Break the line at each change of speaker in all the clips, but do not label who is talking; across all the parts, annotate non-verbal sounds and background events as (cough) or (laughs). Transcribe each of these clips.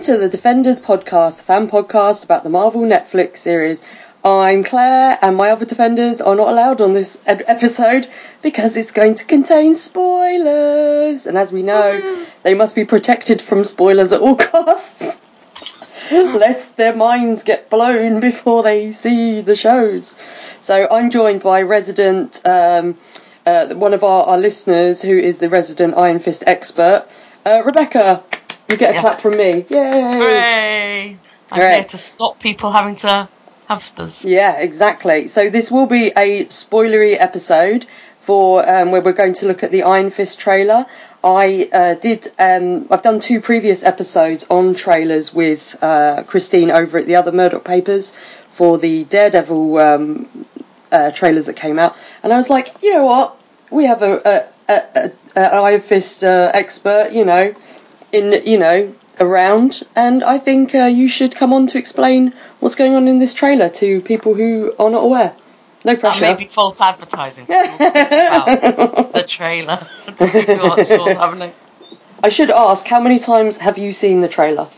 to the Defenders podcast, a fan podcast about the Marvel Netflix series. I'm Claire, and my other Defenders are not allowed on this ed- episode because it's going to contain spoilers. And as we know, they must be protected from spoilers at all costs, (laughs) lest their minds get blown before they see the shows. So I'm joined by resident, um, uh, one of our, our listeners who is the resident Iron Fist expert, uh, Rebecca. You get a
Yeah.
clap from me. Yay!
Hooray! I'm
Alright.
here to stop people having to have spurs.
Yeah, exactly. So this will be a spoilery episode for um, where we're going to look at the Iron Fist trailer. I uh, did. Um, I've done two previous episodes on trailers with uh, Christine over at the other Murdoch Papers for the Daredevil um, uh, trailers that came out, and I was like, you know what? We have a, a, a, a, a Iron Fist uh, expert, you know, in you know around, and I think uh, you should come on to explain what's going on in this trailer to people who are not aware. No
That
pressure.
may be false advertising. We'll talk about the trailer. (laughs) People aren't sure, haven't they?
I should ask, how many times have you seen the trailer?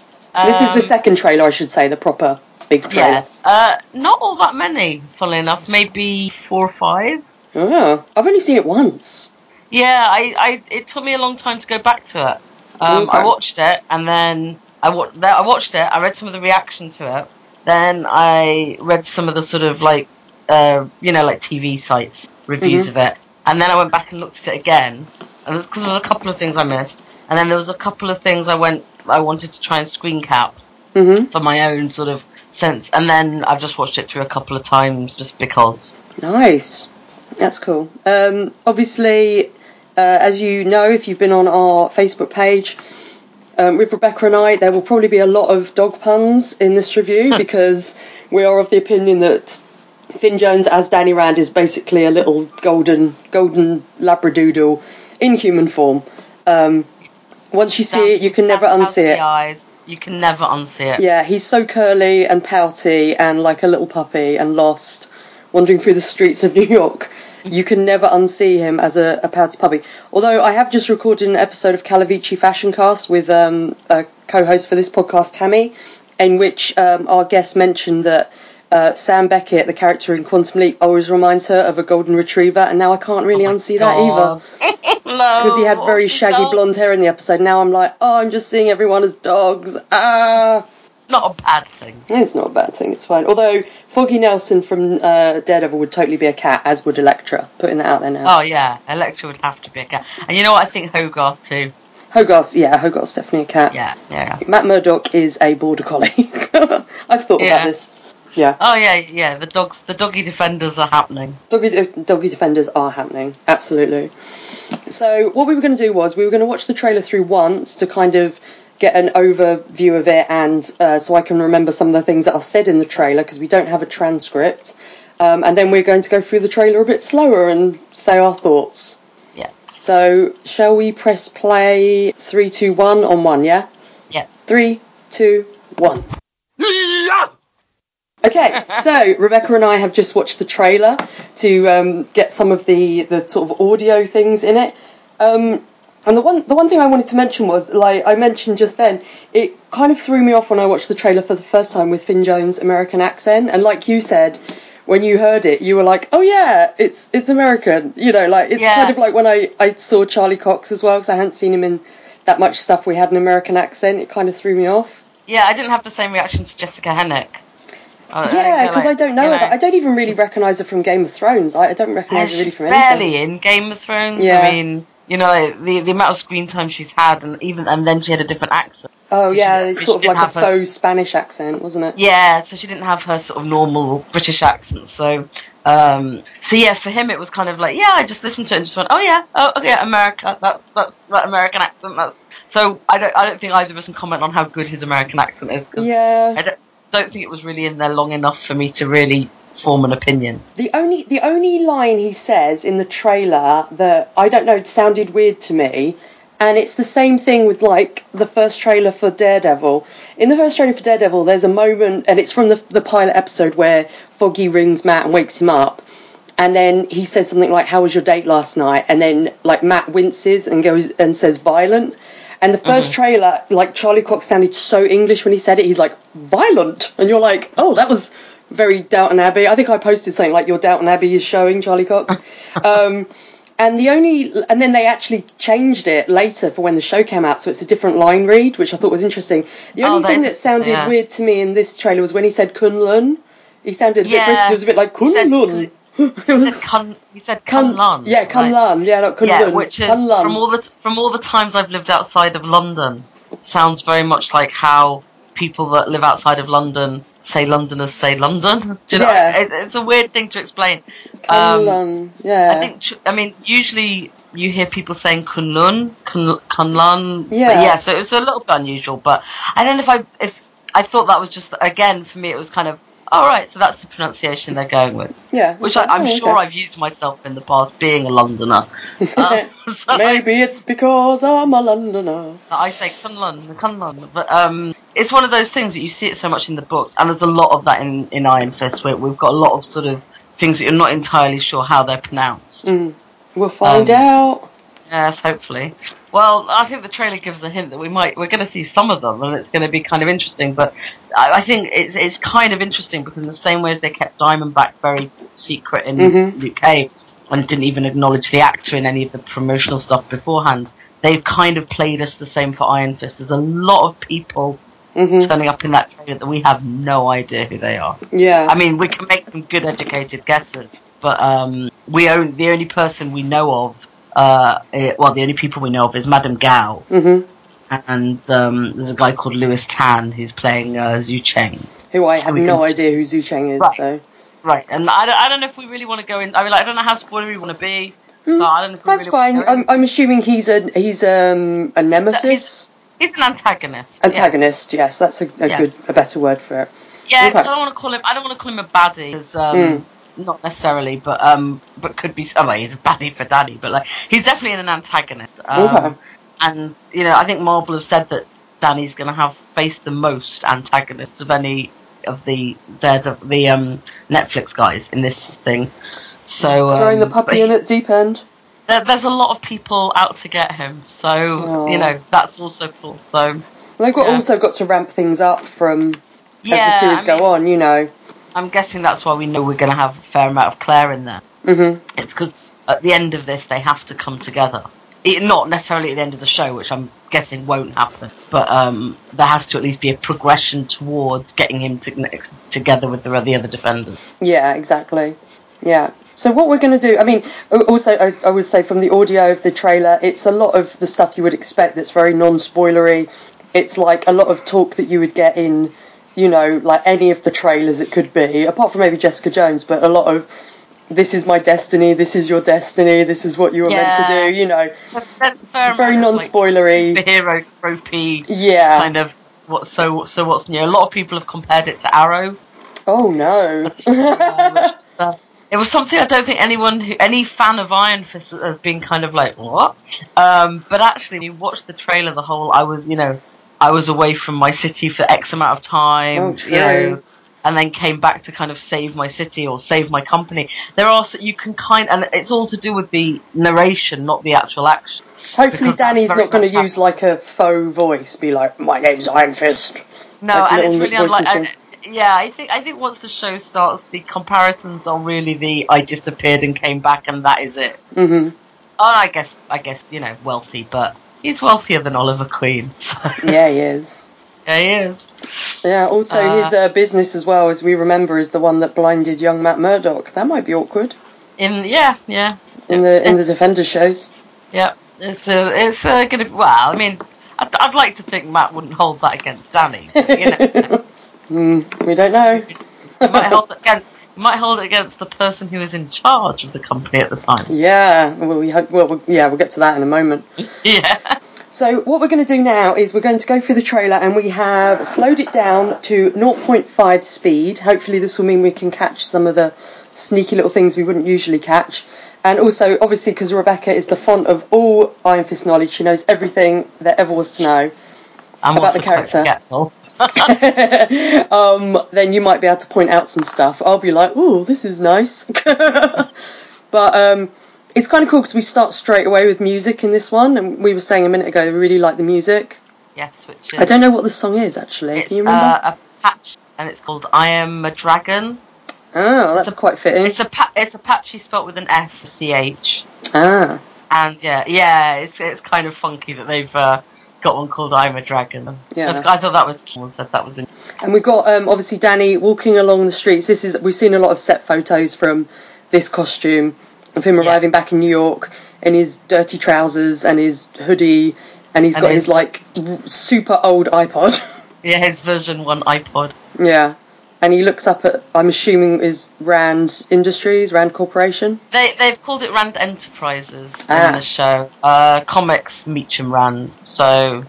this is the
Um,
second trailer, I should say, the proper big trailer.
Yeah. Uh, not all that many, funnily enough. Maybe four or five.
Oh, I've only seen it once.
Yeah, I, I it took me a long time to go back to it. Um,
Okay.
I watched it and then I wa- then I watched it. I read some of the reaction to it. Then I read some of the sort of like uh, you know like TV sites reviews
Mm-hmm.
of it, and then I went back and looked at it again. And because there was a couple of things I missed, and then there was a couple of things I went I wanted to try and screen cap
hmm
for my own sort of sense. And then I've just watched it through a couple of times just because.
Nice. That's cool. Um, obviously, uh, as you know, if you've been on our Facebook page, um, with Rebecca and I, there will probably be a lot of dog puns in this review because we are of the opinion that Finn Jones as Danny Rand is basically a little golden golden labradoodle in human form. Um, once you see it, you can never
Out of
unsee
the
it.
Eyes. You can never unsee it.
Yeah, he's so curly and pouty and like a little puppy and lost, wandering through the streets of (laughs) New York. You can never unsee him as a, a pouty puppy. Although I have just recorded an episode of Calavici Fashion Cast with um, a co-host for this podcast, Tammy, in which um, our guest mentioned that uh, Sam Beckett, the character in Quantum Leap, always reminds her of a golden retriever, and now I can't really unsee that either
that either. no.
because he had very shaggy
Oh, no.
blonde hair in the episode. Now I'm like, oh, I'm just seeing everyone as dogs. Ah.
It's not a bad thing.
It's not a bad thing. It's fine. Although Foggy Nelson from uh, Daredevil would totally be a cat, as would Elektra. Putting that out there now.
Oh yeah, Electra would have to be a cat. And you know what? I think Hogarth too.
Hogarth's yeah, Hogarth's definitely a cat.
Yeah, yeah.
Matt Murdock is a border collie. (laughs) I've thought about
Yeah.
this. Yeah,
Oh yeah, yeah. The dogs, the doggy defenders are happening.
doggies, uh, doggies offenders are happening. Absolutely. So what we were going to do was we were going to watch the trailer through once to kind of get an overview of it, and uh, so I can remember some of the things that are said in the trailer because we don't have a transcript. Um, and then we're going to go through the trailer a bit slower and say our thoughts.
Yeah,
So, shall we press play three, two, one on one, yeah?
yeah.
Three, two, one.
Yeah!
Okay, so Rebecca and I have just watched the trailer to um, get some of the, the sort of audio things in it. Um, and the one the one thing I wanted to mention was like I mentioned just then, it kind of threw me off when I watched the trailer for the first time with Finn Jones' American accent. And like you said, when you heard it, you were like, "Oh yeah, it's it's American." You know, like it's
Yeah.
kind of like when I I saw Charlie Cox as well because I hadn't seen him in that much stuff. We had an American accent. It kind of threw me off.
Yeah, I didn't have the same reaction to Jessica Henwick. (laughs) I- I think
Yeah,
they're
because I
like,
don't know,
you
her. I don't even really recognise her from Game of Thrones. I, I don't recognise her really
she's
from anything.
barely in Game of Thrones.
Yeah.
I mean, you know, like, the the amount of screen time she's had, and even and then she had a different accent.
Oh
She
yeah,
didn't-
it's
she
sort of
didn't
like a
have her-
faux Spanish accent, wasn't it?
Yeah, so she didn't have her sort of normal British accent. So, um, so yeah, for him it was kind of like, yeah, I just listened to it and just went, oh yeah, oh okay, America, that's that's that American accent. That's so I don't I don't think either of us can comment on how good his American accent is. 'cause
Yeah.
I don't, don't think it was really in there long enough for me to really form an opinion.
The only the only line he says in the trailer that I don't know sounded weird to me, and it's the same thing with like the first trailer for Daredevil. In the first trailer for Daredevil, there's a moment, and it's from the the pilot episode where Foggy rings Matt and wakes him up, and then he says something like, "How was your date last night?" And then like Matt winces and goes and says, "Violent." And the 1st
Uh-huh.
trailer, like Charlie Cox sounded so English when he said it. He's like violent, and you're like, oh, that was very Downton Abbey. I think I posted something like your Downton Abbey is showing Charlie
(laughs)
Cox. um, and the only, and then they actually changed it later for when the show came out, so it's a different line read, which I thought was interesting. The
Oh,
only
that
thing
is-
that sounded
yeah.
weird to me in this trailer was when he said Kunlun. He sounded a bit
Yeah.
British. It was a bit like
He said-
Kunlun. (laughs) it
He
was
said Kun, he said
Kun-
Kunlun.
Yeah, Kunlun.
right?
Yeah, not Kunlun.
Yeah, which is
Kunlun.
from all the from all the times I've lived outside of London, sounds very much like how people that live outside of London say Londoners say London. (laughs) Do you know?
Yeah.
It, it's a weird thing to explain. Um,
Kunlun. yeah.
I think tr- I mean usually you hear people saying Kunlun, Kun, Kunlun. but
Yeah.
yeah. So it was a little bit unusual, but I don't know if I if I thought that was just again for me it was kind of all right. So that's the pronunciation they're going with
yeah.
which I, I'm
Oh, (laughs)
sure
okay.
I've used myself in the past being a Londoner. (laughs) Um, so I,
(laughs) Maybe it's because I'm a Londoner.
I say Cunlun, Cunlun, but um, it's one of those things that you see it so much in the books, and there's a lot of that in, in Iron Fist where we've got a lot of sort of things that you're not entirely sure how they're pronounced.
Mm. We'll find
Um,
out.
Yes, hopefully. Well, I think the trailer gives a hint that we might we're going to see some of them, and it's going to be kind of interesting. But I, I think it's it's kind of interesting because in the same way as they kept Diamondback very secret in
Mhm.
UK and didn't even acknowledge the actor in any of the promotional stuff beforehand, they've kind of played us the same for Iron Fist. There's a lot of people
hmm
turning up in that trailer that we have no idea who they are.
Yeah.
I mean, we can make some good educated guesses, but um, we own the only person we know of. Uh, eh, well, the only people we know of is Madame Gao,
hmm
and um, there's a guy called Lewis Tan who's playing uh, Zhu Cheng.
Who I have
we
no
can-
idea who Zhu Cheng is.
Right.
So
Right, and I don't, I don't know if we really want to go in. I mean, like, I don't know how spoilery we want to be, so I don't know if we
Mm, that's
really
fine. Um,
wanna go in.
I'm, I'm assuming he's a he's um, a nemesis
He's an antagonist. yeah.
antagonist. Yes, that's a, a
Yeah.
good a better word for it.
Yeah, 'cause
Okay.
I don't want to call him. I don't want to call him a baddie. 'cause, um,
Mm.
Not necessarily, but um, but could be. Oh, well, he's a baddie for daddy, but like he's definitely an antagonist. Um,
Okay.
And you know, I think Marble have said that Danny's going to have faced the most antagonists of any of the the, the um Netflix guys in this thing. So
Throwing the
um, but
puppy
he-
in at deep end.
there, there's a lot of people out to get him. So
Aw.
you know that's also cool. So
They've got
Yeah.
also got to ramp things up from
yeah,
as the series
I mean,
go on. You know.
I'm guessing that's why we know we're going to have a fair amount of Claire in there.
hmm
It's because at the end of this, they have to come together. It, not necessarily at the end of the show, which I'm guessing won't happen, but um, there has to at least be a progression towards getting him to, next, together with the, the other defenders.
Yeah, exactly. Yeah. So what we're going to do, I mean, a- also I, I would say from the audio of the trailer, it's a lot of the stuff you would expect that's very non-spoilery. It's like a lot of talk that you would get in, you know, like any of the trailers it could be, apart from maybe Jessica Jones, but a lot of this is my destiny, this is your destiny, this is what you were meant
Yeah.
to do, you know.
That's, that's a fair
Very
amount of, like,
non-spoilery.
superhero tropey
Yeah.
kind of. What, so so what's new? A lot of people have compared it to Arrow.
Oh
(laughs)
no.
which, uh, it was something I don't think anyone, who, any fan of Iron Fist, has been kind of like what. Um, but actually, when you watch the trailer, the whole I was, you know, I was away from my city for X amount of time,
Oh,
you know,
true.
and then came back to kind of save my city or save my company. There are so you can kind, and it's all to do with the narration, not the actual action.
Hopefully
because that's
Danny's
very
not going
much
to use like a faux voice, be like, my name's Iron Fist.
No,
Like
and it's
little
really
voice
unlike.
machine.
I, yeah, I think I think once the show starts, the comparisons are really the I disappeared and came back, and that is it.
hmm
Oh, I guess, I guess you know, wealthy, but he's wealthier than Oliver Queen. (laughs) So
Yeah, he is.
yeah, he is.
Yeah, also
Uh,
his uh, business as well, as we remember, is the one that blinded young Matt Murdock. That might be awkward
In yeah, yeah,
in the
(laughs)
in the Defender shows.
yeah. It's uh, it's uh, gonna. Well, I mean, I'd, I'd like to think Matt wouldn't hold that against Danny. But, you know,
(laughs) Mm, we don't know.
he might hold it against he might hold it against the person who was in charge of the company at the time. (laughs)
Yeah, well, we hope. Well, we- yeah, we'll get to that in a moment.
Yeah.
So what we're going to do now is we're going to go through the trailer, and we have slowed it down to 0.5 speed. Hopefully, this will mean we can catch some of the sneaky little things we wouldn't usually catch. And also, obviously, because Rebecca is the font of all Iron Fist knowledge, she knows everything there ever was to know.
And
About
what's
the
quite
character.
forgetful?
um, then you might be able to point out some stuff. I'll be like, "Oh, this is nice," (laughs) but um, it's kind of cool because we start straight away with music in this one, and we were saying a minute ago we really like the music.
Yes, which is
I don't know what the song is actually.
it's
Can you remember?
Uh, a patch, and it's called "I Am a Dragon."
oh, that's
it's a-
quite fitting.
It's a pa- it's Apache spelt with an F C H,
ah,
and yeah, yeah, it's it's kind of funky that they've uh, got one called "I'm a Dragon."
Yeah.
That's- I thought that was cool. That that was in-
and we've got um, obviously Danny walking along the streets. This is we've seen a lot of set photos from this costume of him
Yeah.
arriving back in New York in his dirty trousers and his hoodie, and he's
And
got
his-
his like super old iPod. (laughs)
yeah his version one iPod.
yeah, and he looks up at I'm assuming is Rand Industries, Rand Corporation.
They they've called it Rand Enterprises
Ah.
in the show. Uh, comics Meacham Rand, so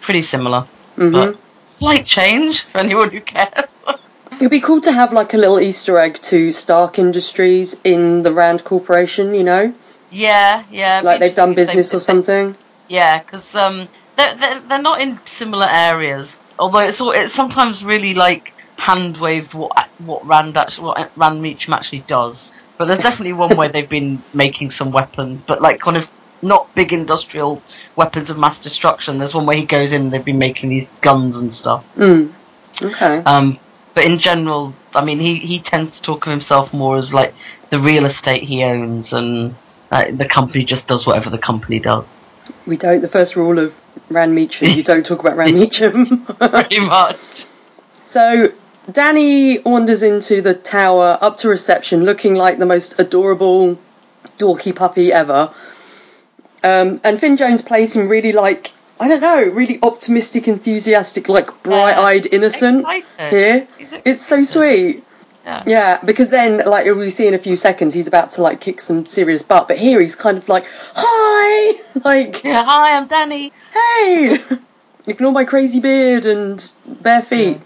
pretty similar,
hmm
but slight change (laughs) for anyone who cares. (laughs)
It'd be cool to have like a little Easter egg to Stark Industries in the Rand Corporation, you know,
yeah, yeah. it'd be
like they've done
interesting if
business
they-
or something.
Yeah, because um, they're, they're they're not in similar areas. Although it's all, it's sometimes really like hand waved what what Rand actually what Rand Meacham actually does. But there's definitely one where they've been making some weapons, but like kind of not big industrial weapons of mass destruction. There's one where he goes in and they've been making these guns and stuff.
Mm. Okay.
Um, but in general, I mean, he, he tends to talk of himself more as like the real estate he owns and uh, the company just does whatever the company does. (laughs)
We don't. The first rule of Rand Meacham, you don't talk about Rand Meacham.
Pretty much.
(laughs) so Danny wanders into the tower up to reception looking like the most adorable dorky puppy ever. Um, and Finn Jones plays him really like, I don't know, really optimistic, enthusiastic, like bright eyed, innocent
Excited.
here.
He's
It's so
excited.
sweet.
Yeah.
Yeah, because then, like we see in a few seconds, he's about to like kick some serious butt, but here he's kind of like, "Hi, (laughs) like,
Yeah, hi, I'm Danny.
hey, ignore my crazy beard and bare feet."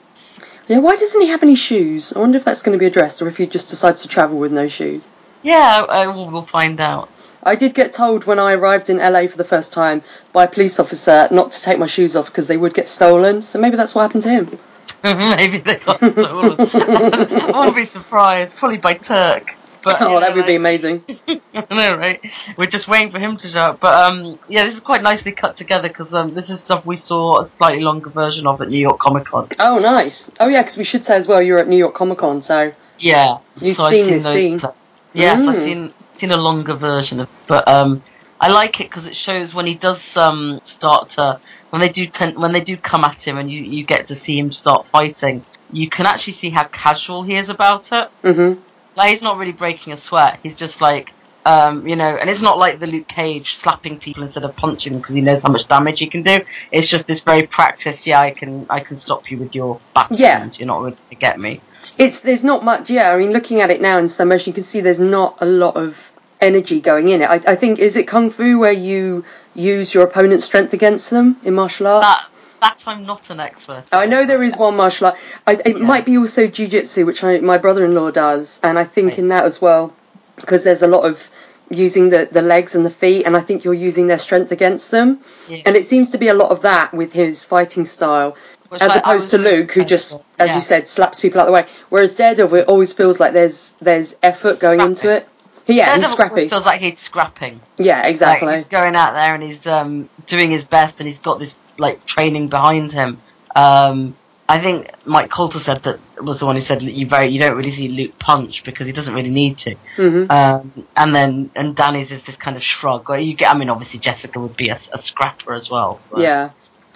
Yeah, why doesn't he have any shoes? I wonder if that's going to be addressed, or if he just decides to travel with no shoes.
Yeah, I, will we'll find out. (laughs)
I did get told when I arrived in LA for the first time by a police officer not to take my shoes off because they would get stolen. So maybe that's what happened to him.
Maybe they got stolen. (laughs) I won't be surprised. Probably by Turk. But,
oh,
yeah,
that would be
like-
amazing.
(laughs) I know, right? We're just waiting for him to show up. But um, yeah, this is quite nicely cut together because um, this is stuff we saw a slightly longer version of at New York Comic Con.
Oh, nice. Oh, yeah, because we should say as well you're at New York Comic Con, so
Yeah,
You've
I've
seen this
those
scene.
clips. Yes, I've
Mm.
seen seen a longer version of. But um, I like it because it shows when he does um start to when they do ten, when they do come at him and you you get to see him start fighting. You can actually see how casual he is about it.
hmm
Like he's not really breaking a sweat. He's just like, um, you know, and it's not like the Luke Cage slapping people instead of punching them because he knows how much damage he can do. It's just this very practice. Yeah, I can, I can stop you with your backhand.
Yeah.
You're not going to get me.
It's there's not much. Yeah, I mean, looking at it now in slow motion, you can see there's not a lot of energy going in it. I, I think is it kung fu where you use your opponent's strength against them in martial
That
arts.
that I'm not an expert.
I know there is one martial art. I, it might be also jujitsu, which I, my brother-in-law does, and I think
Right.
in that as well, because there's a lot of using the, the legs and the feet, and I think you're using their strength against them.
Yeah.
And it seems to be a lot of that with his fighting style,
Which
as
I- I
opposed to
was-
Luke, who just, as
Yeah.
you said, slaps people out the way. Whereas Daredevil, it always feels like there's there's effort going into it. Yeah,
Daredevil
he's
always
scrappy.
feels like he's scrapping.
Yeah, exactly.
Like he's going out there and he's um, doing his best, and he's got this like training behind him. Um, I think Mike Coulter said that was the one who said that you very you don't really see Luke punch because he doesn't really need to.
Mhm.
Um, and then and Danny's is this kind of shrug. Or you get I mean obviously Jessica would be a, a scrapper as well. so-
Yeah.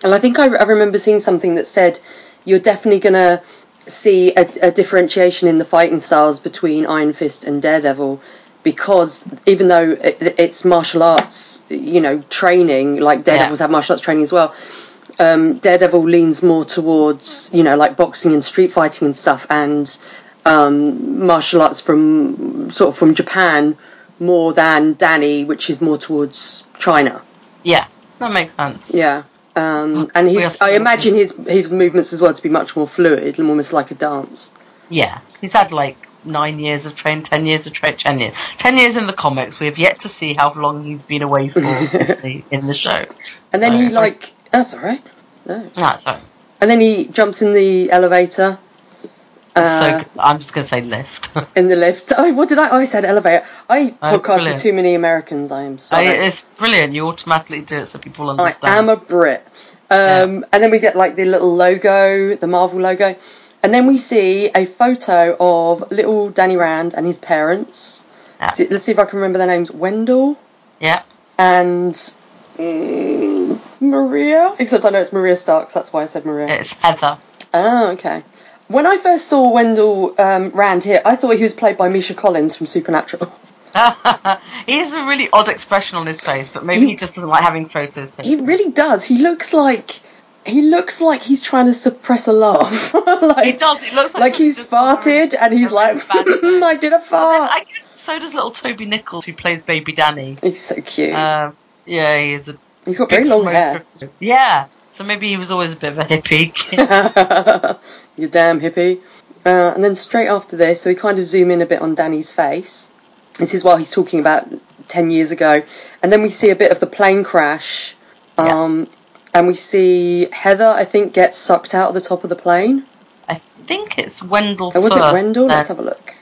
And I think I, I remember seeing something that said you're definitely going to see a, a differentiation in the fighting styles between Iron Fist and Daredevil because even though it, it's martial arts, you know, training, like Daredevil's
Yeah.
have martial arts training as well, um, Daredevil leans more towards, you know, like boxing and street fighting and stuff and um, martial arts from sort of from Japan more than Danny, which is more towards China.
yeah, that makes sense.
Yeah. Um, and
We
his,
have to
I
look
imagine his his movements as well to be much more fluid, and almost like a dance.
Yeah, he's had like nine years of train, ten years of train, ten years, ten years in the comics. We have yet to see how long he's been
(laughs)
away for in, the, in the show.
And then he
Right.
like that's all right. No.
No, sorry.
And then he jumps in the elevator, uh,
so good. I'm just gonna say lift.
in the lift. (laughs) Oh, what did I? Oh, I said elevator. I
Oh,
podcast with
brilliant.
too many Americans. I am sorry.
(laughs) I, it's brilliant. You automatically do it so people
I
understand.
am a Brit. Um, And then we get like the little logo, the Marvel logo. And then we see a photo of little Danny Rand and his parents.
Yeah.
See- let's see if I can remember their names Wendell
yeah.
and mm, Maria. Except I know it's Maria Stark, so that's why I said Maria.
It's Heather. (laughs)
Oh, okay. When I first saw Wendell um, Rand here, I thought he was played by Misha Collins from Supernatural.
he has a really odd expression on his face, but maybe
You-
he just doesn't like having photos
He
taken.
really does. He looks like he looks like he's trying to suppress a laugh. (laughs) like,
He does. It looks like,
like he's
he's just got a really-
farted Ah. and he's
a really
like,
bad day.
(laughs) I did a fart.
I guess so does little Toby Nichols, who plays Baby Danny.
He's so cute.
Um, yeah, he is a
he's got
big
very long hair.
promoter. Yeah, so maybe he was always a bit of a hippie.
(laughs) you damn hippie. Uh, and then straight after this, so we kind of zoom in a bit on Danny's face. This is while he's talking about 10 years ago. And then we see a bit of the plane crash.
Yeah.
Um, And we see Heather, I think, get sucked out of the top of the plane.
I think it's Wendell.
Or Uh, was it
first,
Wendell?
then-
Let's have a look.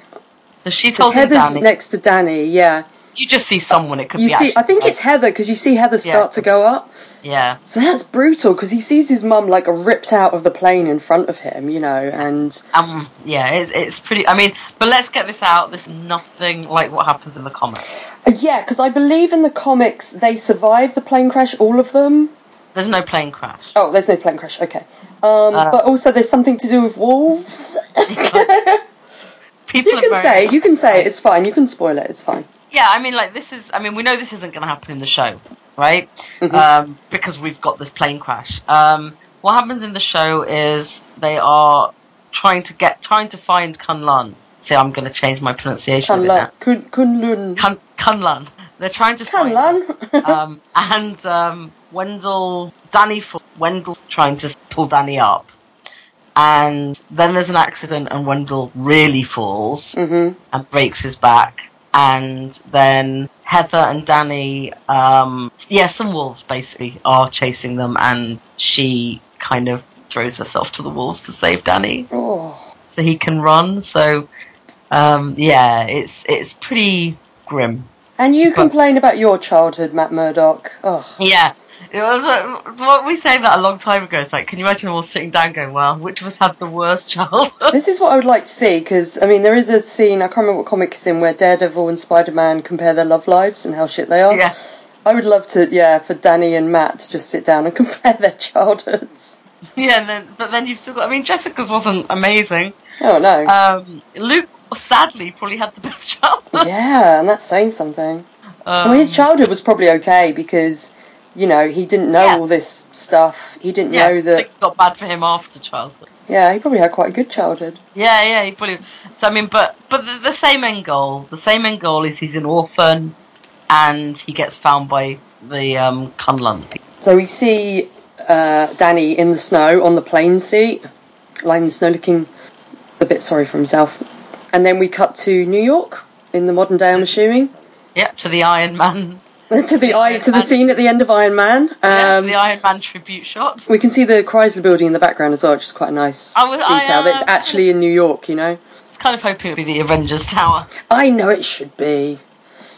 so she
Because
tells him
Heather's
Danny.
next to Danny, yeah.
You just see someone. It could
You see,
be. actually
I think
her.
it's Heather because you see Heather
Yeah.
start to go up.
Yeah,
So that's brutal because he sees his mum like ripped out of the plane in front of him, you know, and
um, yeah, it, it's pretty. I mean, but let's get this out. There's nothing like what happens in the comics.
Uh, yeah, because I believe in the comics they survive the plane crash, all of them.
There's no plane crash.
Oh, there's no plane crash. Okay, um,
Uh.
but also there's something to do with wolves.
People
(laughs) you
are
can
very-
say, you can say, it's fine. You can spoil it. It's fine.
Yeah, I mean, like this is. I mean, we know this isn't going to happen in the show, right?
Mhm.
Um, because we've got this plane crash. Um, what happens in the show is they are trying to get, trying to find Kunlun. See, I'm going to change my pronunciation. of it
Kunlun, Kun Kunlun,
now. Kun Kunlun. They're trying to find.
Kunlun. (laughs)
Um, and um, Wendell, Danny, F- Wendell's trying to pull Danny up, and then there's an accident, and Wendell really falls
hmm
and breaks his back. And then Heather and Danny, um, yeah, some wolves basically are chasing them, and she kind of throws herself to the wolves to save Danny
Oh,
so he can run. So, um, yeah, it's it's pretty grim.
and you
But-
complain about your childhood, Matt Murdock. Oh,
Yeah. It was uh, what we say that a long time ago. It's like, can you imagine all sitting down going, "Well, which of us had the
(laughs)
worst (laughs) childhood?"
this is what I would like to see because I mean there is a scene I can't remember what comic it's in where Daredevil and Spider Man compare their love lives and how shit they are.
yeah,
I would love to, yeah, for Danny and Matt to just sit down and (laughs) compare their childhoods.
yeah. And then, but then you've still got. I mean, Jessica's wasn't amazing.
Oh no.
Um, Luke, sadly, probably had the best
(laughs)
childhood.
yeah, and that's saying something.
Um,
well, his childhood was probably okay because, you know, he didn't know
Yeah.
all this stuff. He didn't
yeah,
know that.
things got bad for him after childhood.
Yeah, he probably had quite a good childhood.
Yeah, yeah, he probably. So I mean, but but the, the same end goal. The same end goal is he's an orphan, and he gets found by the um, Cunlun. people.
So we see uh, Danny in the snow on the plane seat, lying in the snow looking a bit sorry for himself. And then we cut to New York in the modern
Mm.
day, I'm assuming. (laughs)
Yep, to the Iron Man.
to the eye, to the
Man.
scene at the end of Iron Man.
yeah, to
Um,
the Iron Man tribute shot.
We can see the Chrysler building in the background as well, which is quite a nice
I was- I,
detail.
uh,
That's actually in New York, you know.
was kind of hoping it would be the Avengers Tower.
I know it should be.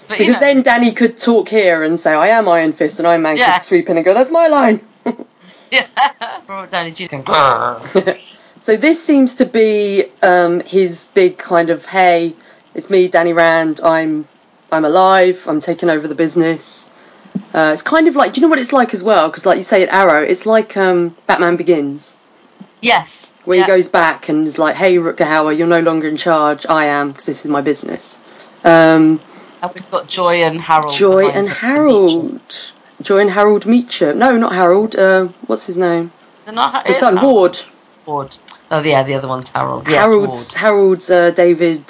But, you
Because
know,
then Danny could talk here and say, I am Iron Fist, and Iron Man
Yeah.
could sweep in and go, that's my line.
yeah, (laughs) Robert Downey Jr. going, "Grrr."
So this seems to be um, his big kind of, hey, it's me, Danny Rand, I'm, I'm alive, I'm taking over the business. Uh, it's kind of like, do you know what it's like as well? Because like you say at Arrow, it's like um, Batman Begins.
Yes.
(laughs) where
yeah.
he goes back and is like, "Hey, Rutger Hauer, you're no longer in charge. I am because this is my business." Um,
And we've got Joy and Harold.
Joy
Oh, behind
and
the- the nature.
Harold, Joy and Harold Meacher. No, not Harold. Uh, what's his name?
They're not-
His
it's
son
Eh, Harold.
Ward.
Ward. Oh, yeah, the other one's Harold. Yeah,
Harold's
Ward.
Harold's uh, David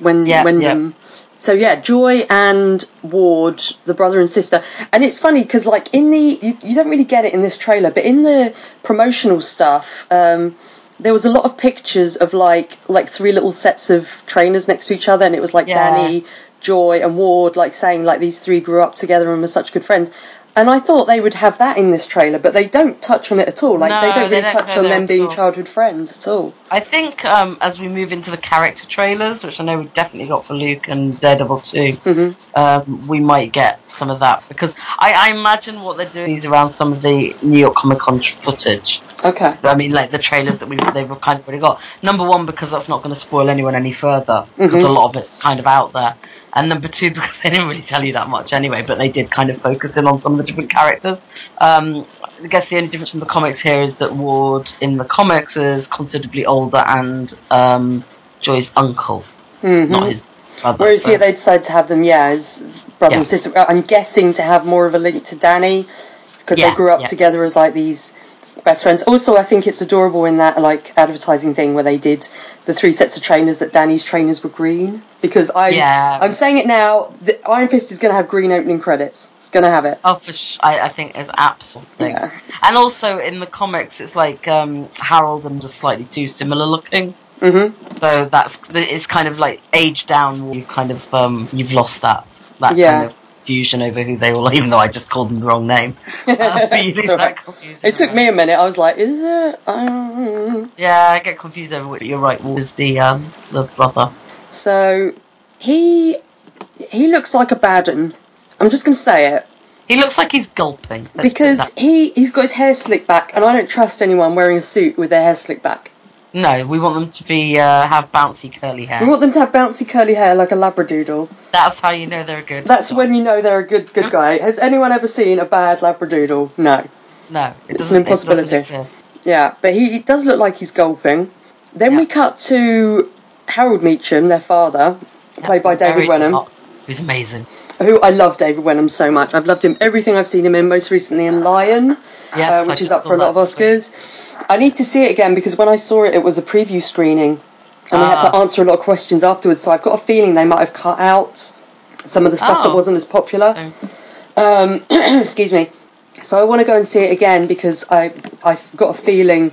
Wen-
Yeah,
Wendham. So yeah, Joy and Ward, the brother and sister, and it's funny because like in the you, you don't really get it in this trailer, but in the promotional stuff, um, there was a lot of pictures of like like three little sets of trainers next to each other, and it was like
Yeah.
Danny, Joy, and Ward like saying like these three grew up together and were such good friends. And I thought they would have that in this trailer, but they don't touch on it at all. Like
No,
they don't
they
really
don't
touch on
go there
them
at
being
all.
childhood friends at all.
I think um, as we move into the character trailers, which I know we definitely got for Luke and Daredevil 2,
hmm
um, we might get some of that because I, I imagine what they're doing is around some of the New York Comic Con footage.
Okay.
I mean, like the trailers that we've they've kind of already got. Number one, because that's not going to spoil anyone any further, because a
Mhm.
lot of it's kind of out there. And number two, (laughs) because they didn't really tell you that much anyway, but they did kind of focus in on some of the different characters. Um, I guess the only difference from the comics here is that Ward in the comics is considerably older and um, Joy's uncle,
hmm
not his brother.
Whereas
so-
here they decided to have them, yeah, as brother
um, Yeah.
and sister. I'm guessing to have more of a link to Danny because
Yeah,
they grew up
yeah.
together as like these best friends. Also, I think it's adorable in that like advertising thing where they did the three sets of trainers that Danny's trainers were green because I'm
Yeah.
I'm saying it now. The Iron Fist is going to have green opening credits. It's going to have it.
Oh, for sh- I, I think it's absolutely.
Yeah.
And also in the comics, it's like um, Harold and just slightly too similar looking.
Mm-hmm.
So that's it's kind of like age down. You kind of um, you've lost that that
Yeah.
kind of fusion over who they all. (laughs) Even though I just called them the wrong name, (laughs) uh, but
(laughs)
you
It's
lose
all right.
that confusion.
It took
over-
me a minute. I was like, is it? Um,
Yeah, I get confused over what you're right. What was the um, the brother?
so he he looks like a baden. I'm just going to say it.
He looks like he's gulping Let's put
because
that-
he he's got his hair slicked back, and I don't trust anyone wearing a suit with their hair slicked back.
no, we want them to be uh, have bouncy curly hair.
We want them to have bouncy curly hair like a labradoodle.
That's how you know they're good.
That's when you know they're a good good guy. Has anyone ever seen a bad labradoodle? No.
no, it
an
doesn't- it doesn't
impossibility.
exist.
Yeah, but he, he does look like he's gulping. Then we
Yeah.
cut to Harold Meacham, their father, played by David
Very
Wenham,
hot. Who's amazing.
who I love David Wenham so much. I've loved him everything I've seen him in, most recently in Lion.
Yes,
uh,
I
which is
just
up
saw
for a lot of
that this week.
Oscars. I need to see it again because when I saw it, it was a preview screening, and we had to
Ah.
answer a lot of questions afterwards. So I've got a feeling they might have cut out some of the stuff that
Oh.
wasn't as popular.
So,
Um, (clears throat) excuse me. So I want to go and see it again because I I've got a feeling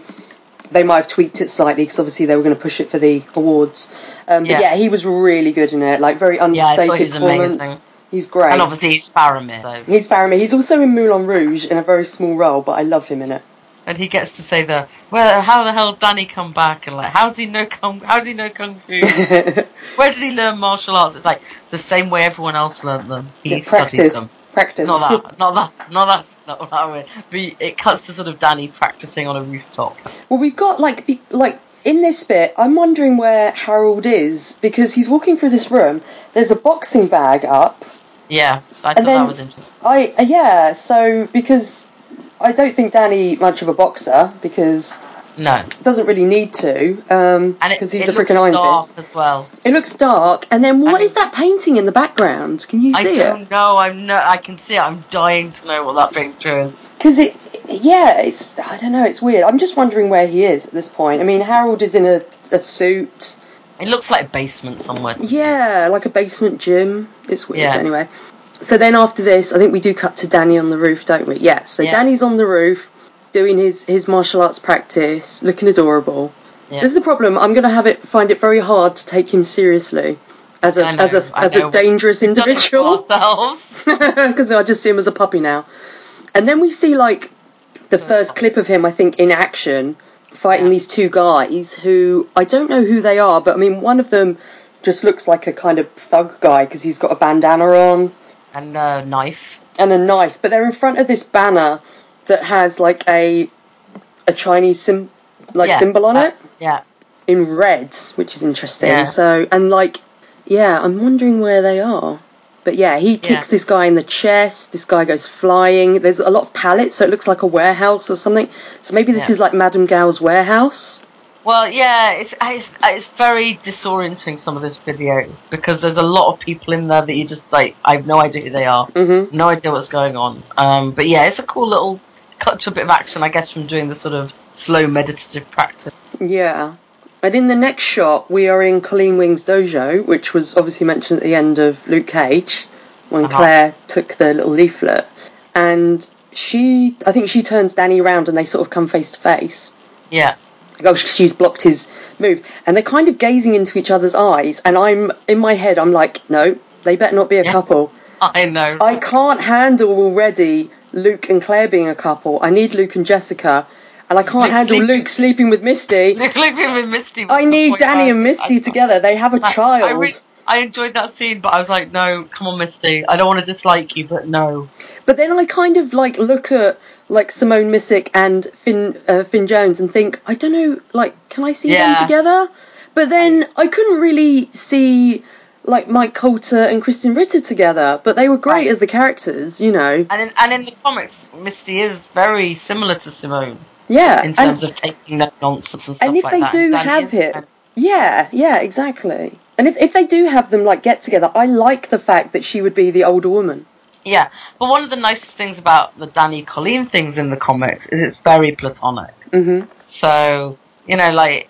they might have tweaked it slightly because obviously they were going to push it for the awards. Um, but
Yeah.
yeah, he was really good in it, like very
I thought he
understated
was
performance.
amazing.
He's great.
and obviously he's Faramir, so,
He's Faramir. He's also in Moulin Rouge in a very small role, but I love him in it.
and he gets to say the well, how the hell Danny come back and like how does he know kung how does he know kung
(laughs)
fu? Where did he learn martial arts? It's like the same way everyone else learned them. He
Yeah,
studied
practice,
them.
practice.
Not that, not that, not that, not that. Way. But he- it cuts to sort of Danny practicing on a rooftop.
well, we've got like be- like in this bit. I'm wondering where Harold is because he's walking through this room. There's a boxing bag up.
Yeah, I thought
And then-
that was interesting.
I uh, yeah. So because I don't think Danny much of a boxer because
No,
doesn't really need to
and it,
because he's
it
a
looks
freaking iron
dark
fist.
as well.
It looks dark, and then what
And-
is that painting in the background? Can you
I
see it?
don't know. I'm no. I can see it. I'm dying to know what that picture is.
Because it, yeah, it's I don't know. It's weird. I'm just wondering where he is at this point. I mean, Harold is in a, a suit.
It looks like a basement somewhere. to me.
Yeah, like a basement gym. It's weird
Yeah.
anyway. So then after this, I think we do cut to Danny on the roof, don't we? Yeah. So
Yeah.
Danny's on the roof doing his, his martial arts practice, looking adorable.
Yeah.
This is the problem. I'm going to have it find it very hard to take him seriously as a
I know,
as a
I
as a
know.
dangerous
Done it for
individual
ourselves.
(laughs) because I just see him as a puppy now. And then we see like the first clip of him, I think, in action fighting
Yeah.
these two guys who I don't know who they are, but I mean, one of them just looks like a kind of thug guy because he's got a bandana on
And uh, knife.
and a knife, but they're in front of this banner that has like a a Chinese sim like
yeah.
symbol on
uh,
it
Yeah.
in red, which is interesting.
Yeah.
So and like yeah, I'm wondering where they are. But yeah, he kicks this guy in the chest. This guy goes flying. There's a lot of pallets, so it looks like a warehouse or something. So maybe this
Yeah.
is like Madame Gao's warehouse.
Well, yeah. It's, it's it's very disorienting. Some of this video because there's a lot of people in there that you just like. I have no idea who they are.
hmm
No idea what's going on. Um. But yeah, it's a cool little cut to a bit of action, I guess, from doing the sort of slow meditative practice.
Yeah. And in the next shot, we are in Colleen Wing's dojo, which was obviously mentioned at the end of Luke Cage when
Uh-huh.
Claire took the little leaflet. And she, I think she turns Danny around and they sort of come face to face.
Yeah.
Oh, sh- she's blocked his move. And they're kind of gazing into each other's eyes. And I'm, in my head, I'm like, no, they better not be a
Yeah.
couple.
(laughs) I know.
I can't handle already Luke and Claire being a couple. I need Luke and Jessica, and I can't
Luke
handle
sleeping-
Luke sleeping with Misty.
Look, look with Misty. was
I
the
need
point
Danny
where
and Misty
I-
together. They have a
I-
child.
I, re- I enjoyed that scene, but I was like, no, come on, Misty. I don't want to dislike you, but no.
But then I kind of like look at like Simone Missick and Finn uh, Finn Jones and think I don't know like can I see
Yeah.
them together? But then I couldn't really see like Mike Coulter and Kristen Ritter together, but they were great
Right.
as the characters, you know.
And in, and in the comics, Misty is very similar to Simone
Yeah,
in
and
terms of taking no nonsense and stuff
and if
like
they
that.
do
Danny
have
is
him,
kind of-
yeah, yeah, exactly. And if if they do have them like get together, I like the fact that she would be the older woman.
yeah. But one of the nicest things about the Danny Colleen things in the comics is it's very platonic.
hmm
So you know, like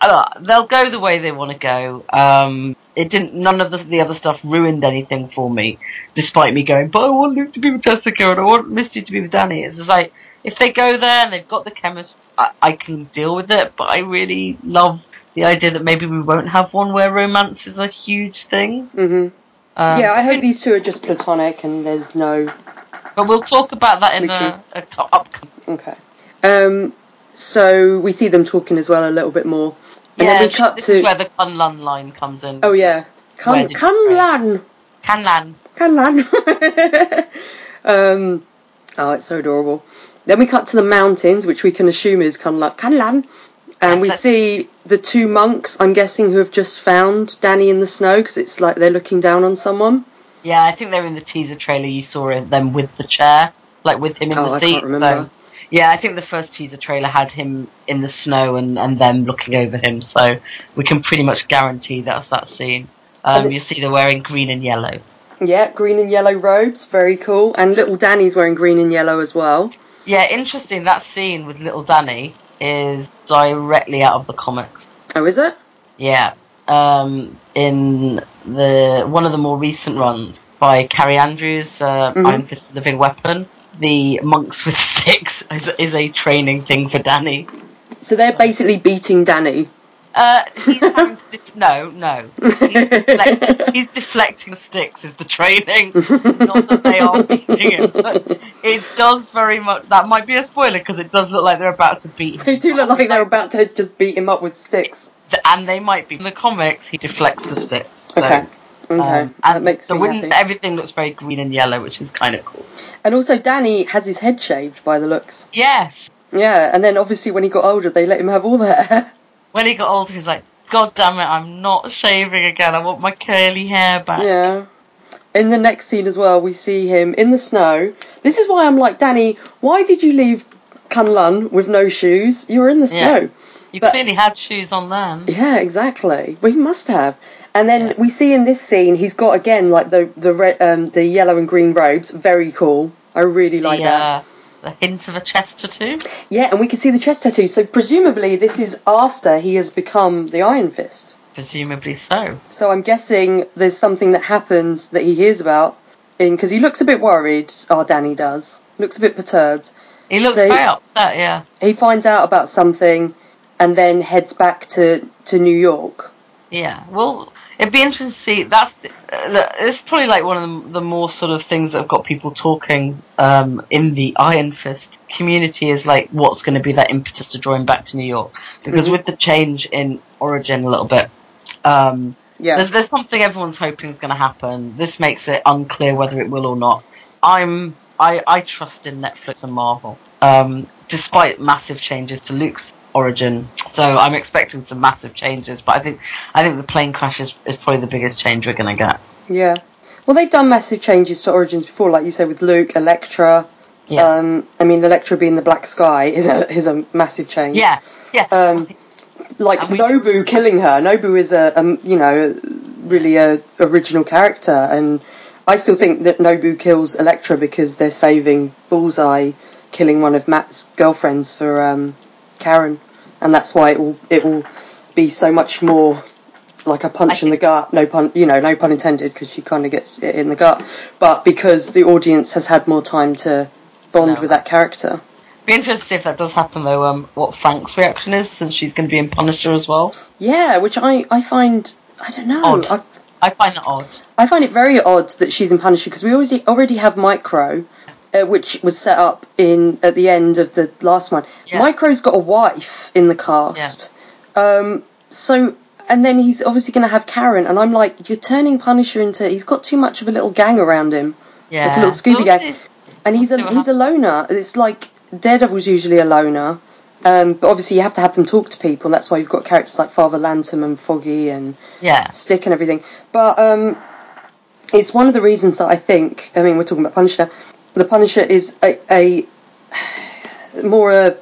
uh, they'll go the way they want to go. Um, it didn't. None of the, the other stuff ruined anything for me, despite me going. But I want Luke to be with Jessica, and I want Misty to be with Danny. It's just like if they go there and they've got the chemistry, I, I can deal with it. But I really love the idea that maybe we won't have one where romance is a huge thing.
hmm
Um,
yeah, I
but who
hope these two are just platonic and there's no
But we'll talk about that in
Smooching.
a, a co- upcoming.
Okay. Um, so we see them talking as well a little bit more. And
Yeah,
then we cut
this is where
to.
the Kunlan line comes in.
Oh, yeah.
Where
Can,
did
can
you
lan.
Kanlan.
Can lan. (laughs) um, oh, it's so adorable. Then we cut to the mountains, which we can assume is Kunlan. Kunlan. And
Yes,
we
that's-
see the two monks, I'm guessing, who have just found Danny in the snow because it's like they're looking down on someone.
Yeah, I think they're in the teaser trailer. You saw it- them with the chair, like with him in
Oh,
the
I
seat.
can't remember.
So, yeah, I think the first teaser trailer had him in the snow and, and them looking over him. So we can pretty much guarantee that's that scene.
And
Um,
it-
you'll see they're wearing green and yellow.
Yeah, green and yellow robes, very cool. And little Danny's wearing green and yellow as well.
Yeah, interesting. That scene with little Danny is directly out of the comics.
Oh, is it?
Yeah, um, in the one of the more recent runs by Carrie Andrews, uh,
Mhm.
Iron Fist, the Living Weapon. The monks with (laughs) sticks is, is a training thing for Danny.
So they're basically beating Danny.
Uh, he's having to def- no, no. He's, deflect- he's deflecting sticks is the training. Not that they are beating him, but it does very much. That might be a spoiler because it does look like they're about to beat him.
(laughs) They do look like they're about to just beat him up with sticks.
and they might be in the comics. He deflects the sticks. So.
Okay. Okay,
Um,
that
and
makes
the
me
wind,
happy.
everything looks very green and yellow, which is kind of cool.
And also, Danny has his head shaved by the looks.
Yes.
Yeah, and then obviously when he got older, they let him have all the
(laughs)
hair.
When he got older, he's like, God damn it, I'm not shaving again. I want my curly hair back.
Yeah. In the next scene as well, we see him in the snow. This is why I'm like, Danny, why did you leave Kunlun with no shoes? You were in the
Yeah.
snow.
You
But-
clearly had shoes on then.
Yeah, exactly. We must have. And then
Yeah.
we see in this scene he's got again like the the red, um, the yellow and green robes. Very cool. I really like
the,
that.
uh, the hint of a chest tattoo.
Yeah, and we can see the chest tattoo. So presumably this is after he has become the Iron Fist.
Presumably so.
So I'm guessing there's something that happens that he hears about in because he looks a bit worried. Oh, Danny does. Looks a bit perturbed.
He looks
So-
very upset, yeah.
He finds out about something and then heads back to to New York.
Yeah, well, it'd be interesting to see. That's uh, the- it's probably like one of the, the more sort of things that have got people talking um, in the Iron Fist community is like what's going to be that impetus to draw him back to New York because
Mhm.
with the change in origin a little bit, um,
Yeah.
there's there's something everyone's hoping is going to happen. This makes it unclear whether it will or not. I'm I I trust in Netflix and Marvel, um, despite massive changes to Luke's origin. So I'm expecting some massive changes, but I think I think the plane crash is, is probably the biggest change we're going to get.
Yeah. Well, they've done massive changes to Origins before, like you said with Luke, Electra.
Yeah.
Um, I mean, Electra being the Black Sky is a is a massive change.
yeah, yeah,
Um, like
And we-
Nobu killing her. Nobu is a um, you know really a original character, and I still think that Nobu kills Electra because they're saving Bullseye killing one of Matt's girlfriends for um, Karen, and that's why it will it will be so much more like a punch
I
in the gut. No pun, you know, no pun intended, because she kind of gets it in the gut. But because the audience has had more time to bond
No.
with that character.
be interested to see if that does happen though. Um, what Frank's reaction is since she's going to be in Punisher as well.
Yeah, which I I find I don't know.
Odd.
I,
I find that odd.
I find it very odd that she's in Punisher because we always already have e, Micro, uh, which was set up in at the end of the last one.
Yeah.
Micro's got a wife in the cast, um, so and then he's obviously going to have Karen, and I'm like, you're turning Punisher into he's got too much of a little gang around him,
Yeah.
like a little Scooby
Well,
Gang, and he's a
see what
he's a loner. It's like Daredevil's usually a loner. Um, but obviously, you have to have them talk to people. and That's why you've got characters like Father Lantham and Foggy and
Yeah.
stick and everything. But um, it's one of the reasons that I think. I mean, we're talking about Punisher. The Punisher is a, a more a,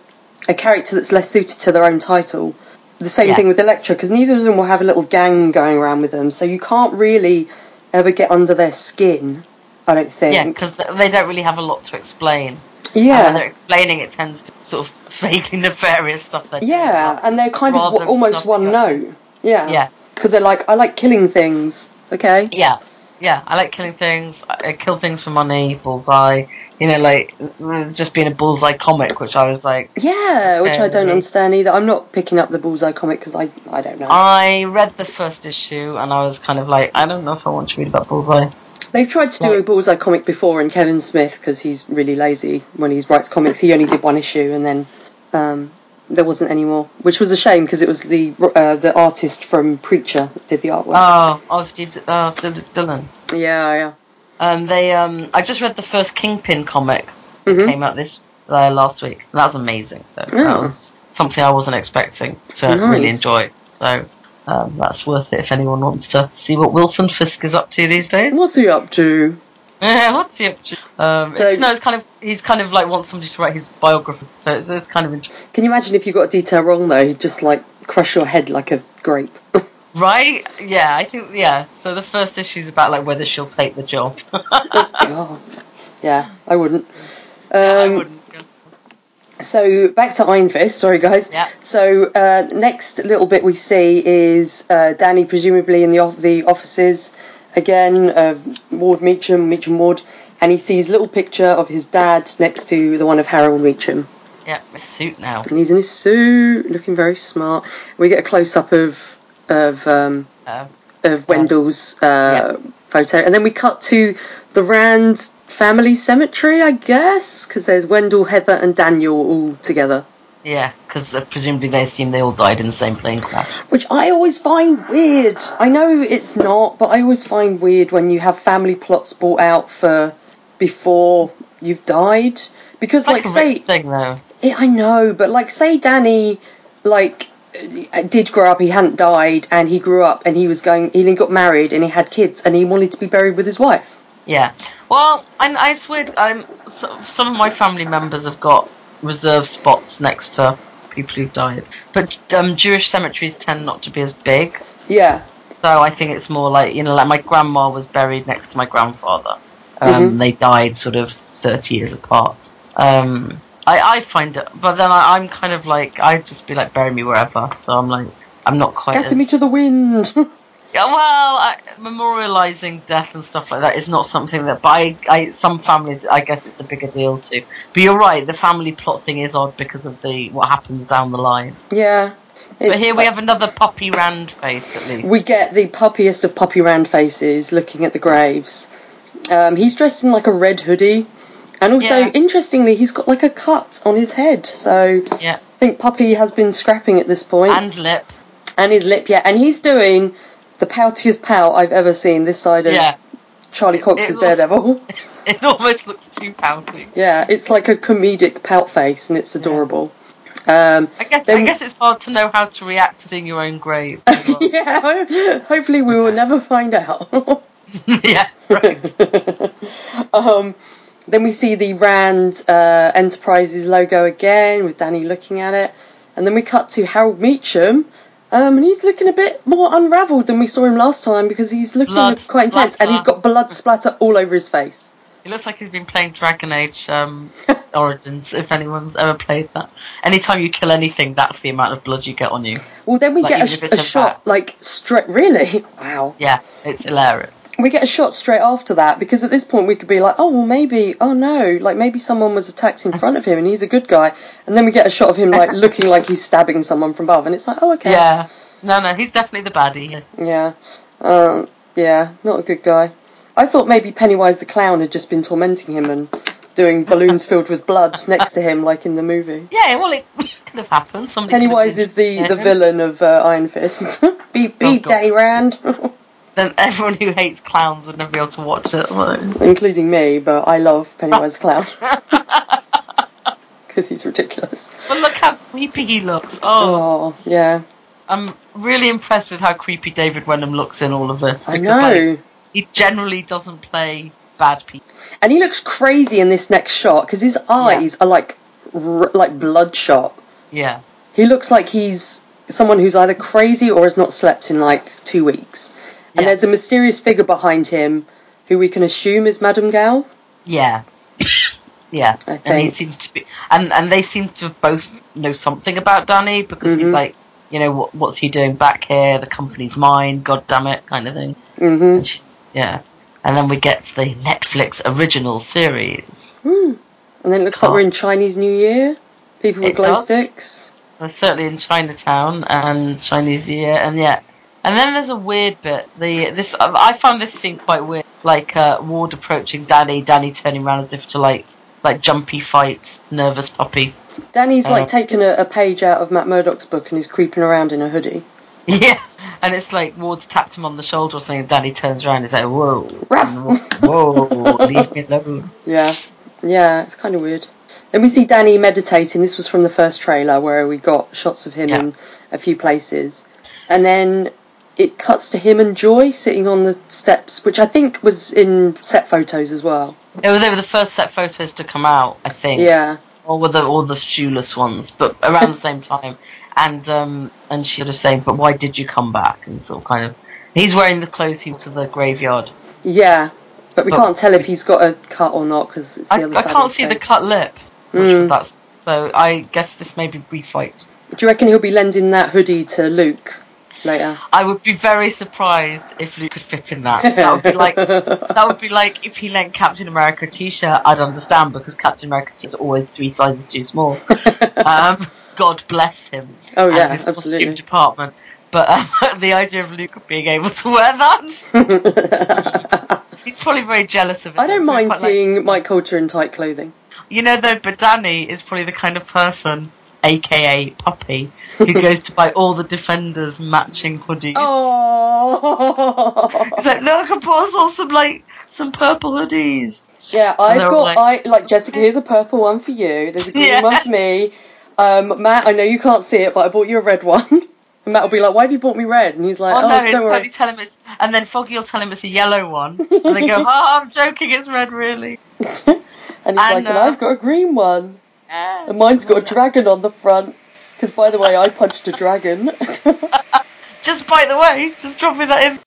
a character that's less suited to their own title. The same
Yeah.
thing with Elektra, because neither of them will have a little gang going around with them, so you can't really ever get under their skin. I don't
Yeah,
think.
because they don't really have a lot to explain. And when
Yeah,
they're explaining, it tends to sort of (laughs) vaguely nefarious stuff. They do as
yeah, uh,
well.
and they're kind of
Rather
w-
than
almost
stuff
one
that-
note. Yeah,
Yeah.
because they're like, I like killing things. Okay.
Yeah, yeah. I like killing things. I I kill things for money. Bullseye. You know, like uh, just being a bullseye comic, which I was like,
Yeah, which I don't
Um,
understand either. I'm not picking up the Bullseye comic because I, I don't know.
I read the first issue and I was kind of like, I don't know if I want to read about bullseye.
They've tried to do
Right.
a Bullseye comic before, and Kevin Smith, because he's really lazy when he writes comics, he only did one issue, and then um, there wasn't any more, which was a shame because it was the uh, the artist from Preacher that did the artwork.
Oh, oh, Steve, D- oh, Steve D- Dillon.
yeah, yeah.
Um, they, um, I just read the first Kingpin comic that
Mhm.
came out this uh, last week. That was amazing. Though. That
Mm.
was something I wasn't expecting to really
Nice.
enjoy. So um, that's worth it if anyone wants to see what Wilson Fisk is up to these days.
What's he up to?
Yeah, (laughs) what's he up to? Um,
Mm. So-
it's, no, it's kind of he's kind of like wants somebody to write his biography, so it's, it's kind of interesting,
Can you imagine if you got a detail wrong though? He'd just like crush your head like a
(laughs)
grape.
right? Yeah, I think yeah. So the first issue's about like whether she'll take the job. (laughs)
Oh, God. Yeah, I wouldn't. Um,
I wouldn't.
So back to Iron Fist, sorry guys.
Yeah.
So uh, next little bit we see is uh, Danny presumably in the off- the offices again, uh, Ward Meacham, Meacham Ward, and he sees little picture of his dad next to the one of Harold Meacham,
Yeah, a suit now.
and he's in his suit, looking very smart. We get a close up of of um,
Um,
of Wendell's uh, photo, and then we cut to the Rand family cemetery, I guess, because there's Wendell, Heather, and Daniel all together.
yeah, because presumably they assume they all died in the same plane crash.
which I always find weird. I know it's not, but I always find weird when you have family plots brought out for before you've died. Because, like,
a
say,
rich thing though.
yeah, I know, but like, say Danny, like, uh, did grow up, he hadn't died, and he grew up, and he was going, he got married, and he had kids, and he wanted to be buried with his wife.
Yeah. Well, I, I swear, I'm, so- some of my family members have got reserve spots next to people who've died, but um, Jewish cemeteries tend not to be as big.
Yeah,
So I think it's more like you know, like my grandma was buried next to my grandfather. Um, They died sort of thirty years apart. Um, I, I find it, but then I, I'm kind of like I'd just be like bury me wherever. So I'm like I'm not quite.
scatter
As,
me to the wind. (laughs)
yeah, well, I, memorializing death and stuff like that is not something that, but I, I some families I guess it's a bigger deal too. But you're right, the family plot thing is odd because of the what happens down the line.
yeah.
But
It's
here we
like-
have another puppy Rand face at least.
we get the puppiest of puppy round faces looking at the graves. Um, he's dressed in like a red hoodie, and also
Yeah.
interestingly, he's got like a cut on his head. So
Yeah,
I think Puppy has been scrapping at this point, and,
and lip.
his lip, yeah, and he's doing the poutiest pout I've ever seen this side of
Yeah.
Charlie Cox's
it-
Daredevil. (laughs)
It (laughs) almost looks too pouty.
yeah, it's like a comedic pout face, and it's adorable. Um, (laughs)
I guess I
Then-
guess it's hard to know how to react to seeing your
(laughs)
own grave. (laughs) As well.
yeah, (laughs) ho- hopefully we will never find out. (laughs)
yeah, right.
um, then we see the Rand uh, Enterprises logo again with Danny looking at it. And then we cut to Harold Meacham. Um, and he's looking a bit more unravelled than we saw him last time because he's looking
Blood
quite intense and he's got
splatter.
blood splatter all over his face.
It looks like he's been playing Dragon Age
(laughs)
um, Origins. If anyone's ever played that, anytime you kill anything, that's the amount of blood you get on you.
Well, then we
Like,
get a,
even if
sh-
it's
a
a
shot
bat.
like straight. Really? (laughs) Wow.
Yeah, it's hilarious.
we get a shot straight after that because at this point we could be like, oh, well, maybe, oh no, like maybe someone was attacked in front of him and he's a good guy. And then we get a shot of him (laughs) like looking like he's stabbing someone from above and it's like, oh, okay.
Yeah. No, no, he's definitely the baddie.
Yeah. Um, yeah, not a good guy. I thought maybe Pennywise the clown had just been tormenting him and doing balloons filled with blood next to him, like in the movie.
Yeah, well, it (laughs) could have happened. Somebody could have
Pennywise
been-
is the, the
Yeah.
villain of uh, Iron Fist. (laughs) Oh, beep beep,
God.
Danny Rand, (laughs)
Then everyone who hates clowns would never be able to watch it. Like,
including me. But I love Pennywise the
(laughs)
Clown (laughs) because he's ridiculous.
But look how creepy he looks. Oh,
Oh, yeah,
I'm really impressed with how creepy David Wenham looks in all of this.
I
because,
know.
Like, he generally doesn't play bad people.
and he looks crazy in this next shot because his eyes are like r- like bloodshot.
Yeah.
He looks like he's someone who's either crazy or has not slept in like two weeks. And
Yeah.
there's a mysterious figure behind him who we can assume is Madame Gal.
Yeah. yeah.
(coughs) I
And he
think.
seems to be, and and they seem to both know something about Danny because he's
Mhm.
like, you know, what what's he doing back here? The company's mine. God damn it, kind of thing.
hmm
And she's yeah. And then we get the Netflix original series. Hmm.
And then it looks like we're in Chinese New Year. People with
It
glow
does.
sticks.
Well, certainly in Chinatown and Chinese Year, and yeah. And then there's a weird bit. The this I found this scene quite weird. Like uh, Ward approaching Danny, Danny turning around as if to like like jumpy fight, nervous puppy.
Danny's like
Uh.
taken a, a page out of Matt Murdock's book and he's creeping around in a hoodie.
Yeah, and it's like Ward's tapped him on the shoulder or something. And Danny turns around. And is like, whoa,
Ruff.
whoa, leave me alone.
Yeah. Yeah, it's kind of weird. Then we see Danny meditating. This was from the first trailer where we got shots of him
Yeah.
in a few places. And then it cuts to him and Joy sitting on the steps, which I think was in set photos as well.
They were, they were the first set photos to come out, I think.
Yeah.
or were the all the shoeless ones, but around the same time. And um, and she sort of saying, "But why did you come back?" And sort of kind of, he's wearing the clothes he wore to the graveyard.
Yeah. But we
But-
can't tell if he's got a cut or not because it's the
Oh. I,
other
I
side
can't
of his
see the
face.
cut lip, which
Mm.
was that's. So I guess this may be refight.
Do you reckon he'll be lending that hoodie to Luke later?
I would be very surprised if Luke could fit in that. That would
(laughs)
be like that would be like if he lent Captain America a T-shirt. I'd understand because Captain America is always three sizes too small. um,
(laughs)
God bless him.
Oh,
and
yeah,
his
absolutely.
costume department. But um, (laughs) the idea of Luke being able to wear that, he's probably very jealous of
(laughs)
it.
I don't mind
Quite like-
seeing Mike Coulter in tight
(laughs)
clothing.
you know, though, but Danny is probably the kind of person, aka Puppy,
(laughs)
who goes to buy all the Defenders matching hoodies.
Oh.
He's like, look, I bought us all some, like, some purple hoodies.
Yeah,
And
I've
they're
got
like-
I like Jessica. Here's a purple one for you. There's a green
Yeah.
one for me. Um, Matt, I know you can't see it, but I bought you a red one. (laughs) And Matt will be like, "Why have you bought me red?" And he's like,
Oh,
"Oh,
no,
don't
it's
worry."
only tell him it's, and then Foggy will tell him it's a yellow one. And they
(laughs)
go, oh, I'm joking, it's red, really.
and he's
I
like, "And
know.
I've got a green one,
uh, Yeah.
and mine's got a dragon on the front." Because by the way, I punched a dragon.
just by the way, just drop me that in.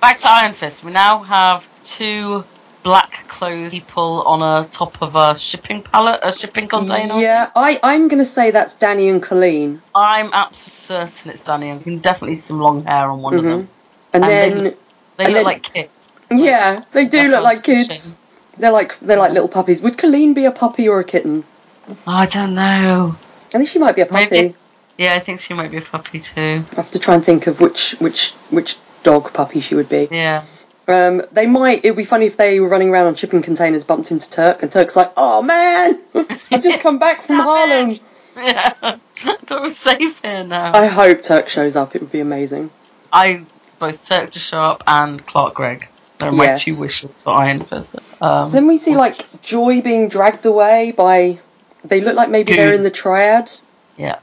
Back to Iron Fist. We now have two black clothes people on a top of a shipping pallet, a
(laughs)
shipping container.
yeah, I I'm gonna say that's Danny and Colleen,
I'm absolutely certain it's Danny. and You can definitely see some long hair on one
Mhm.
of them.
and,
And they
then
look- They
And
look
then-
like kids.
yeah, they do
That
look
sounds
like kids.
fishing.
They're like they're like little puppies. Would Colleen be a puppy or a kitten?
Oh, I don't know.
I think she might be a puppy.
Maybe. Yeah, I think she might be a puppy too.
I have to try and think of which which which dog puppy she would be.
Yeah. (laughs)
Um, they might. It'd be funny if they were running around on shipping containers, bumped into Turk, and Turk's like, "Oh man, (laughs) I've just come back from
Stop
Harlem."
it! Yeah. (laughs) Thought we're safe here now.
I hope Turk shows up. It would be amazing.
I both Turk to Sharp and Clark Gregg. They're
Yes.
my two wishes for Iron Fist. Um,
So then we see like Joy being dragged away by. They look like maybe they're
Dude.
in the Triad.
yeah,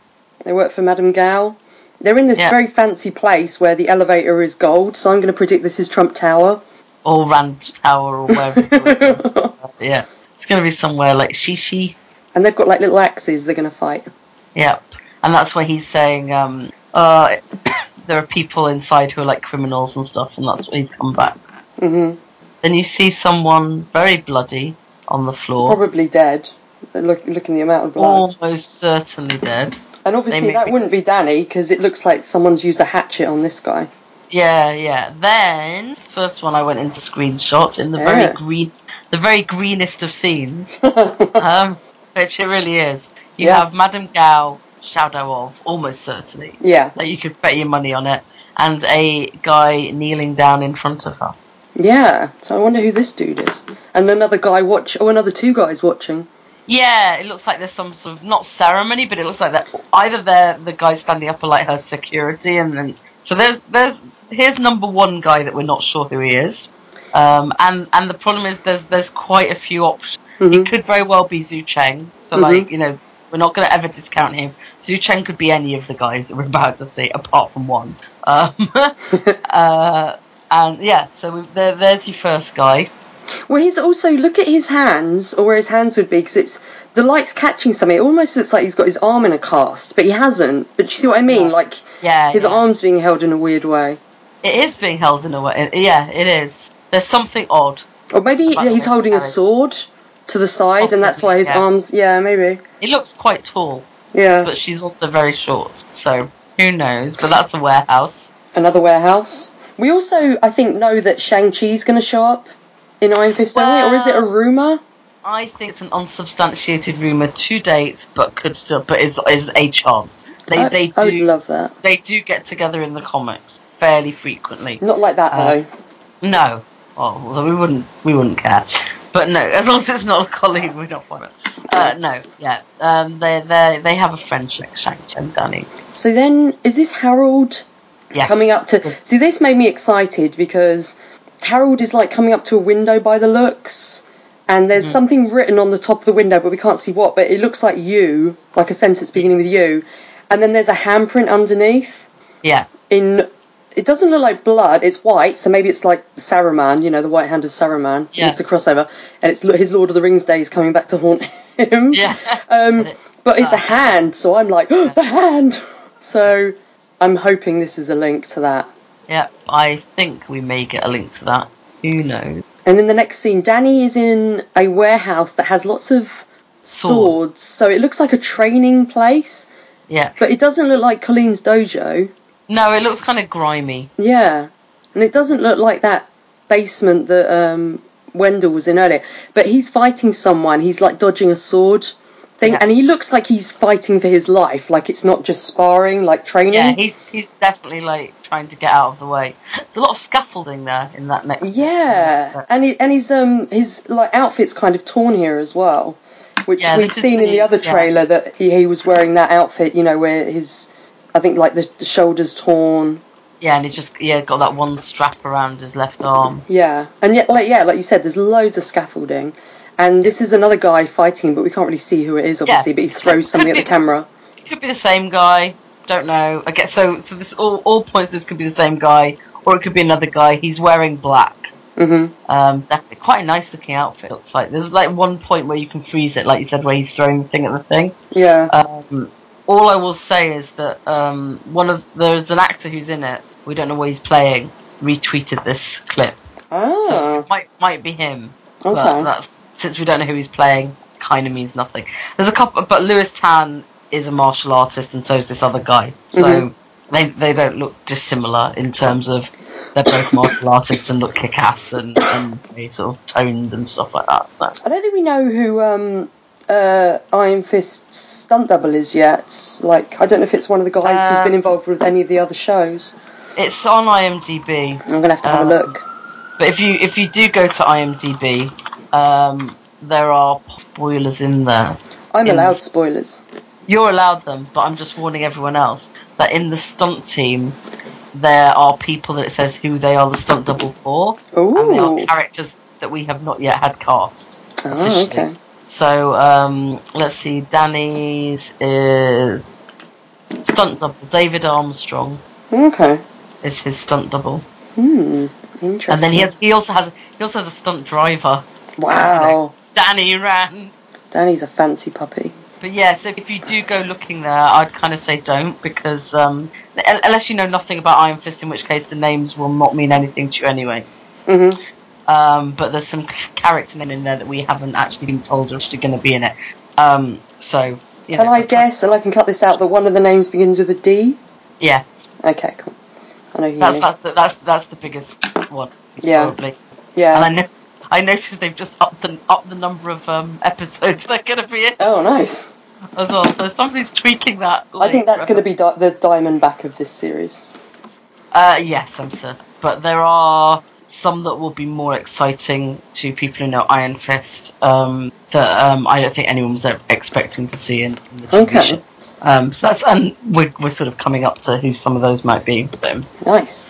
They work for Madame Gao. They're in this
Yeah.
very fancy place where the elevator is gold. So I'm going to predict this is Trump
(laughs)
Tower.
or Rand Tower or wherever.
(laughs)
it was. yeah, it's going to be somewhere like Shishi.
And they've got like little axes. They're going to fight.
Yeah, and that's where he's saying, um, uh, (coughs) there are people inside who are like criminals and stuff, and that's why he's come back.
hmm
Then you see someone very bloody on the floor,
Probably dead. Look, looking the amount of blood.
almost certainly dead.
And obviously,
Oh. They may
that
be-
wouldn't be Danny because it looks like someone's used a hatchet on this guy.
Yeah, yeah. Then first one I went into screenshot in the very
Yeah.
green, the very greenest of
(laughs)
scenes, um, which it really is. You
Yeah.
have Madame Gao, Shadow of, almost certainly.
yeah,
Like you could bet your money on it, and a guy kneeling down in front of her.
Yeah. So I wonder who this dude is. And another guy watch. Oh, another two guys watching.
Yeah, it looks like there's some sort of not ceremony, but it looks like that either they're the guy standing up or like her security, and then so there's there's here's number one guy that we're not sure who he is, um, and and the problem is there's there's quite a few options.
Mhm.
It could very well be Zhu Cheng, so
Mhm.
like you know we're not going to ever discount him. Zhu Cheng could be any of the guys that we're about to see, apart from one. Um, (laughs) uh, and yeah, so we, there, there's your first guy.
Well, he's also look at his hands, or where his hands would be, because it's the light's catching something. It almost looks like he's got his arm in a cast, but he hasn't. But you see what I mean?
Yeah.
Like
Yeah,
his
yeah.
arm's being held in a weird way,
It is being held in a way. Yeah, it is. There's something odd.
or maybe
About
he's
the
holding a
carriage.
sword to the side, and that's
Possibly,
why his
yeah.
arms. Yeah, maybe.
It looks quite tall,
Yeah.
but she's also very short. So who knows? But that's a warehouse.
Another warehouse. We also, I think, know that Shang Chi's going to show up in Iron Fist, don't we? or is it a
Well-
rumor?
I think it's an unsubstantiated rumor to date, but could still, but is is a chance. They
I,
they do
I would love that.
they do get together in the comics fairly frequently.
Not like that
Uh,
though.
No. Oh, well, we wouldn't we wouldn't care. But no, as long as it's not a colleague, we're not for it. Uh, no, yeah. Um, they they they have a friendship, Shang Chi and Danny.
So then, is this Harold
Yeah.
coming up to? See, this made me excited because Harold is like coming up to a window by the looks, and there's
Mm.
something written on the top of the window, but we can't see what. But it looks like you, like a sentence beginning with you, and then there's a handprint underneath.
Yeah.
in it doesn't look like blood it's white so maybe it's like saruman you know the white hand of saruman
Yeah.
it's the crossover and it's lo- his lord of the rings days coming back to haunt him (laughs)
Yeah. Ah.
um,
But it-
but it's a hand so i'm like "Oh, the hand so i'm hoping this is a link to that
Yeah, I think we may get a link to that. Who knows?
and in the next scene danny is in a warehouse that has lots of
Sword.
swords so it looks like a training place
Yeah.
but it doesn't look like colleen's dojo
No, it looks kind of grimy.
Yeah, and it doesn't look like that basement that um, Wendell was in earlier. But he's fighting someone. He's like dodging a sword thing,
Yeah.
and he looks like he's fighting for his life. Like it's not just sparring, like training.
Yeah, he's he's definitely like trying to get out of the way. There's a lot of scaffolding there in that next.
Yeah, and he, and his um his like outfit's kind of torn here as well, which
Yeah,
we'd
this is
seen in the
the-
other
yeah.
trailer that he, he was wearing that outfit. You know where his. I think like the, the shoulders torn,
Yeah, and he's just yeah got that one strap around his left arm.
Yeah, and yet, like yeah, like you said, there's loads of scaffolding, and this is another guy fighting, but we can't really see who it is, obviously. But he throws something
(laughs)
at the camera.
It could be the same guy. Don't know. I guess so. So this all all points. This could be the same guy, or it could be another guy. He's wearing black.
hmm
Um, definitely quite a nice looking outfit. Looks like there's like one point where you can freeze it, like you said, where he's throwing the thing at the thing.
Yeah,
Um, all I will say is that um, one of there's an actor who's in it. We don't know what he's playing. Retweeted this clip, so
ah,
it might might be him.
Okay.
But that's since we don't know who he's playing, kind of means nothing. There's a couple, but Lewis Tan is a martial artist, and so is this other guy. So
Mhm.
they they don't look dissimilar in terms of they're both martial artists and look kick ass and and very sort of toned and stuff like that. So
I don't think we know who um, uh, Iron Fist's stunt double is yet. Like, I don't know if it's one of the guys who's
Uh,
been involved with any of the other shows.
it's on IMDb.
I'm gonna have to have
um,
a look.
But if you if you do go to IMDb, um, there are spoilers in there.
I'm
in-
allowed spoilers.
You're allowed them, but I'm just warning everyone else that in the stunt team, there are people that it says who they are the stunt double for, and they
Ooh,
are characters that we have not yet had cast.
oh,
officially.
okay.
So um, let's see, Danny's is stunt double. David Armstrong
Okay.
is his stunt double,
Hmm. Interesting.
and then he has he also has he also has a stunt driver.
wow,
Danny ran.
Danny's a fancy puppy.
But yes, if, if you do go looking there, I'd kind of say don't because um, un- unless you know nothing about Iron Fist, in which case the names will not mean anything to you anyway.
hmm
Um, but there's some c- character name in there that we haven't actually been told are actually going to be in it. Um, so you
Can
know,
I guess, and I can cut this out, that one of the names begins with a D?
Yeah,
Okay, cool. I know who you
that's
mean.
that's the, that's that's the biggest one.
Yeah.
probably. And
Yeah.
I know I noticed they've just upped the up the number of um, episodes (laughs) they're going to be in
Oh, nice.
as well. So somebody's tweaking that.
I think that's
later.
going to be di- the diamond back of this series.
Uh, yes, I'm certain. But there are some that will be more exciting to people who know Iron Fist um, that um, I don't think anyone was expecting to see in, in the TV
Okay.
show. Um, so that's and we're, we're sort of coming up to who some of those might be. So
Nice.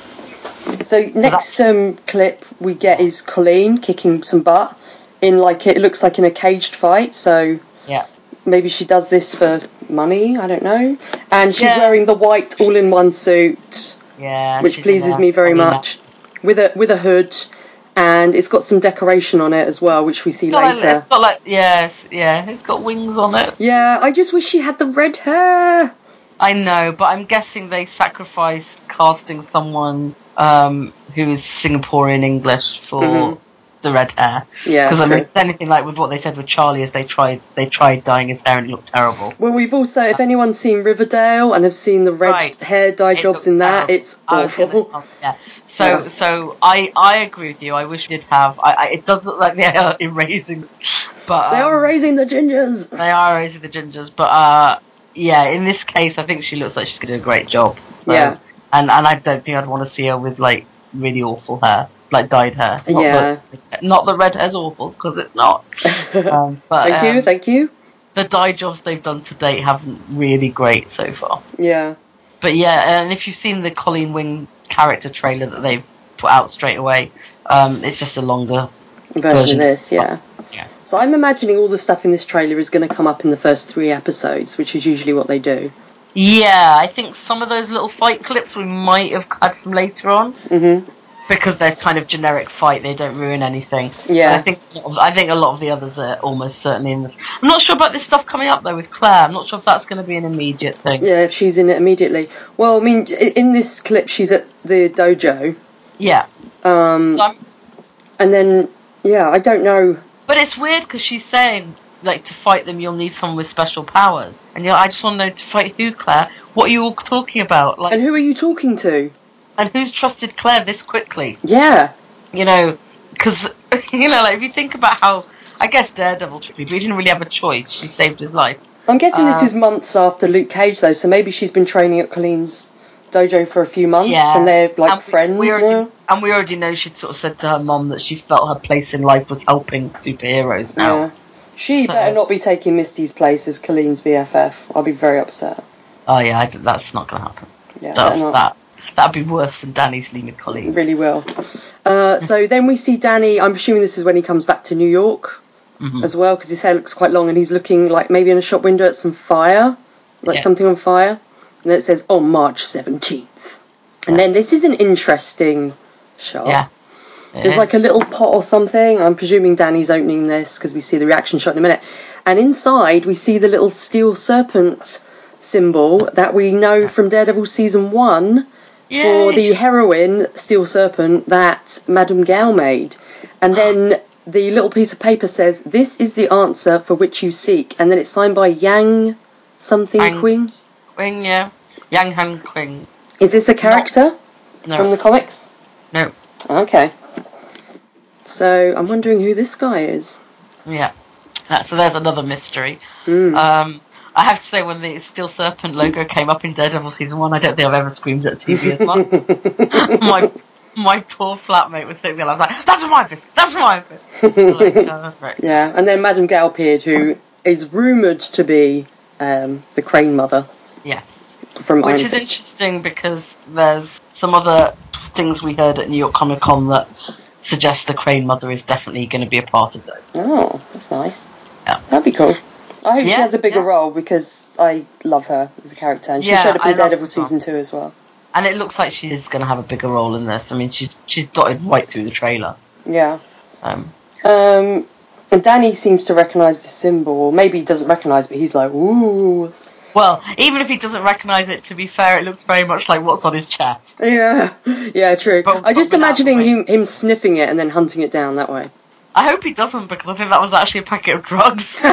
So next um, clip we get is Colleen kicking some butt in like it looks like in a caged fight. So
yeah,
maybe she does this for money. I don't know. And she's
Yeah.
wearing the white all-in-one suit,
yeah,
which
she's
pleases
in a-
me very
I mean,
much, with a with a hood, and it's got some decoration on it as well, which we see
It's got, like,
later.
it's got like yes, yeah, it's got wings on it.
Yeah, I just wish she had the red hair.
I know, but I'm guessing they sacrificed casting someone um, who is Singaporean English for
Mhm.
the red hair.
Yeah,
Because I
true.
mean, if it's anything like with what they said with Charlie, is they tried they tried dyeing his hair and it looked terrible.
Well, we've also, if anyone's seen Riverdale and have seen the red
Right.
hair dye
It
jobs
looks
in that,
terrible.
it's
I was
awful.
gonna- oh,
(laughs)
yeah. So
Yeah.
so I I agree with you. I wish we did have. I, I it does look like they are (laughs) erasing, but
they are
um,
raising the
(laughs)
gingers.
They are raising the gingers, but uh, yeah, in this case, I think she looks like she's gonna do a great job. So,
Yeah.
and and I don't think I'd want to see her with like really awful hair, like dyed hair. Not
Yeah.
That, not that red hair's awful because it's
(laughs)
not. Um, but
thank you,
um,
thank you.
the dye jobs they've done to date haven't really great so far.
Yeah.
But yeah, and if you've seen the Colleen Wing character trailer that they've put out straight away, um, it's just a longer.
Version
Version.
of this, yeah.
Yeah.
So I'm imagining all the stuff in this trailer is going to come up in the first three episodes, which is usually what they do.
Yeah, I think some of those little fight clips we might have had from later on.
Mm-hmm.
because they're kind of generic fight, they don't ruin anything. But I
Yeah.
think a lot of- I think a lot of the others are almost certainly in. The, I'm not sure about this stuff coming up though with Claire. I'm not sure if that's going to be an immediate thing.
Yeah, if she's in it immediately. Well, I mean, i- in this clip, she's at the dojo.
Yeah,
Um,
So I'm-
and then, yeah, I don't know.
but it's weird because she's saying like to fight them, you'll need someone with special powers, and you're, I just want to know to fight who, Claire. What are you all talking about? Like,
And
and,
who are you talking to?
who's trusted Claire this quickly?
Yeah.
You know, because (laughs) you know, like if you think about how. I guess Daredevil tricked but he didn't really have a choice. She saved his life.
I'm guessing this
Uh,
is months after Luke Cage, though, so maybe she's been training at Colleen's dojo for a few months,
Yeah.
and they're like
and we-
friends
we already,
now.
And we already know she'd sort of said to her mum that she felt her place in life was helping superheroes now.
Yeah, she
So-
better not be taking Misty's place as Colleen's BFF. I'll be very upset.
Oh yeah, I d that's not going to happen.
Yeah,
That's,
better not.
that that'd be worse than Danny's leaving Colleen.
Really will. Uh,
(laughs)
so then we see Danny. I'm assuming this is when he comes back to New York
Mhm.
as well, because his hair looks quite long, and he's looking like maybe in a shop window at some fire, like
Yeah.
something on fire, and then it says on March 17th. And
Yeah.
then this is an interesting shot.
Yeah.
There's like a little pot or something. I'm presuming Danny's opening this because we see the reaction shot in a minute. And inside, we see the little steel serpent symbol that we know from Daredevil season one for
Yay.
the heroine steel serpent that Madame Gao made. And then the little piece of paper says, "This is the answer for which you seek." And then it's signed by Yang something
Yang.
Qing.
Quing, yeah. Yang Han Quing.
Is this a character from
No,
the comics?
no,
Okay. So I'm wondering who this guy is.
yeah. That, so there's another mystery.
Hmm.
Um, I have to say, when the Steel Serpent logo came up in Daredevil season one, I don't think I've ever screamed at TV as
(laughs)
much. my my poor flatmate was sitting there. I was like, "That's my fist. That's my fist." Like, uh,
(laughs)
right.
Yeah, and then Madame Galpiard, who is rumoured to be um, the Crane Mother
Yeah,
from
which
Iron
is
Fist.
interesting because there's some other things we heard at New York Comic Con that suggest the Crane Mother is definitely going to be a part of those.
Oh, that's nice.
Yeah.
That'd be cool. I hope she
Yeah,
has a bigger
yeah.
role because I love her as a character, and she
Yeah,
showed up in
I love
Daredevil
her.
season two as well.
And it looks like she is going to have a bigger role in this. I mean, she's she's dotted right through the trailer.
Yeah.
Um,
Um, and Danny seems to recognise the symbol, or maybe he doesn't recognise, but he's like, ooh,
well, even if he doesn't recognise it, to be fair, it looks very much like what's on his chest.
yeah, (laughs) yeah, true.
But-
I just
but without the
imagining him
weight.
him sniffing it and then hunting it down that
(laughs)
way. (laughs)
I hope he doesn't because I think that was actually a packet of drugs.
(laughs)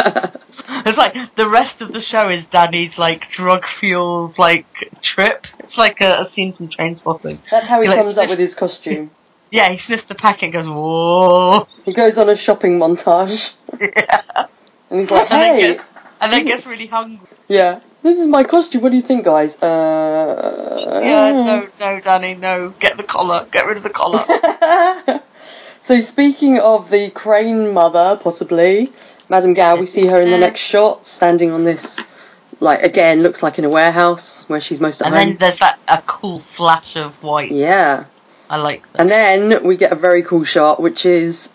It's like the rest of the show is Danny's like drug fueled like trip. It's like a, a scene from Train Spotting.
That's how he
He, like,
comes up
(laughs) sniffs-
with his costume.
Yeah, he sniffs the packet and goes, "Whoa!" (laughs)
He goes on a shopping montage.
Yeah.
And he's like,
And then (laughs)
hey!
gets and then
Isn't-
gets really hungry.
Yeah. this is my costume. What do you think, guys? Uh,
Yeah, no, no, Danny, no. Get the collar. Get rid of the collar.
(laughs) so speaking of the crane mother, possibly Madame Gao, we see her
Mm-hmm.
in the next shot, standing on this, like again, looks like in a warehouse where she's most at
and
home.
then there's that a cool flash of white.
yeah,
I like that.
and then we get a very cool shot, which is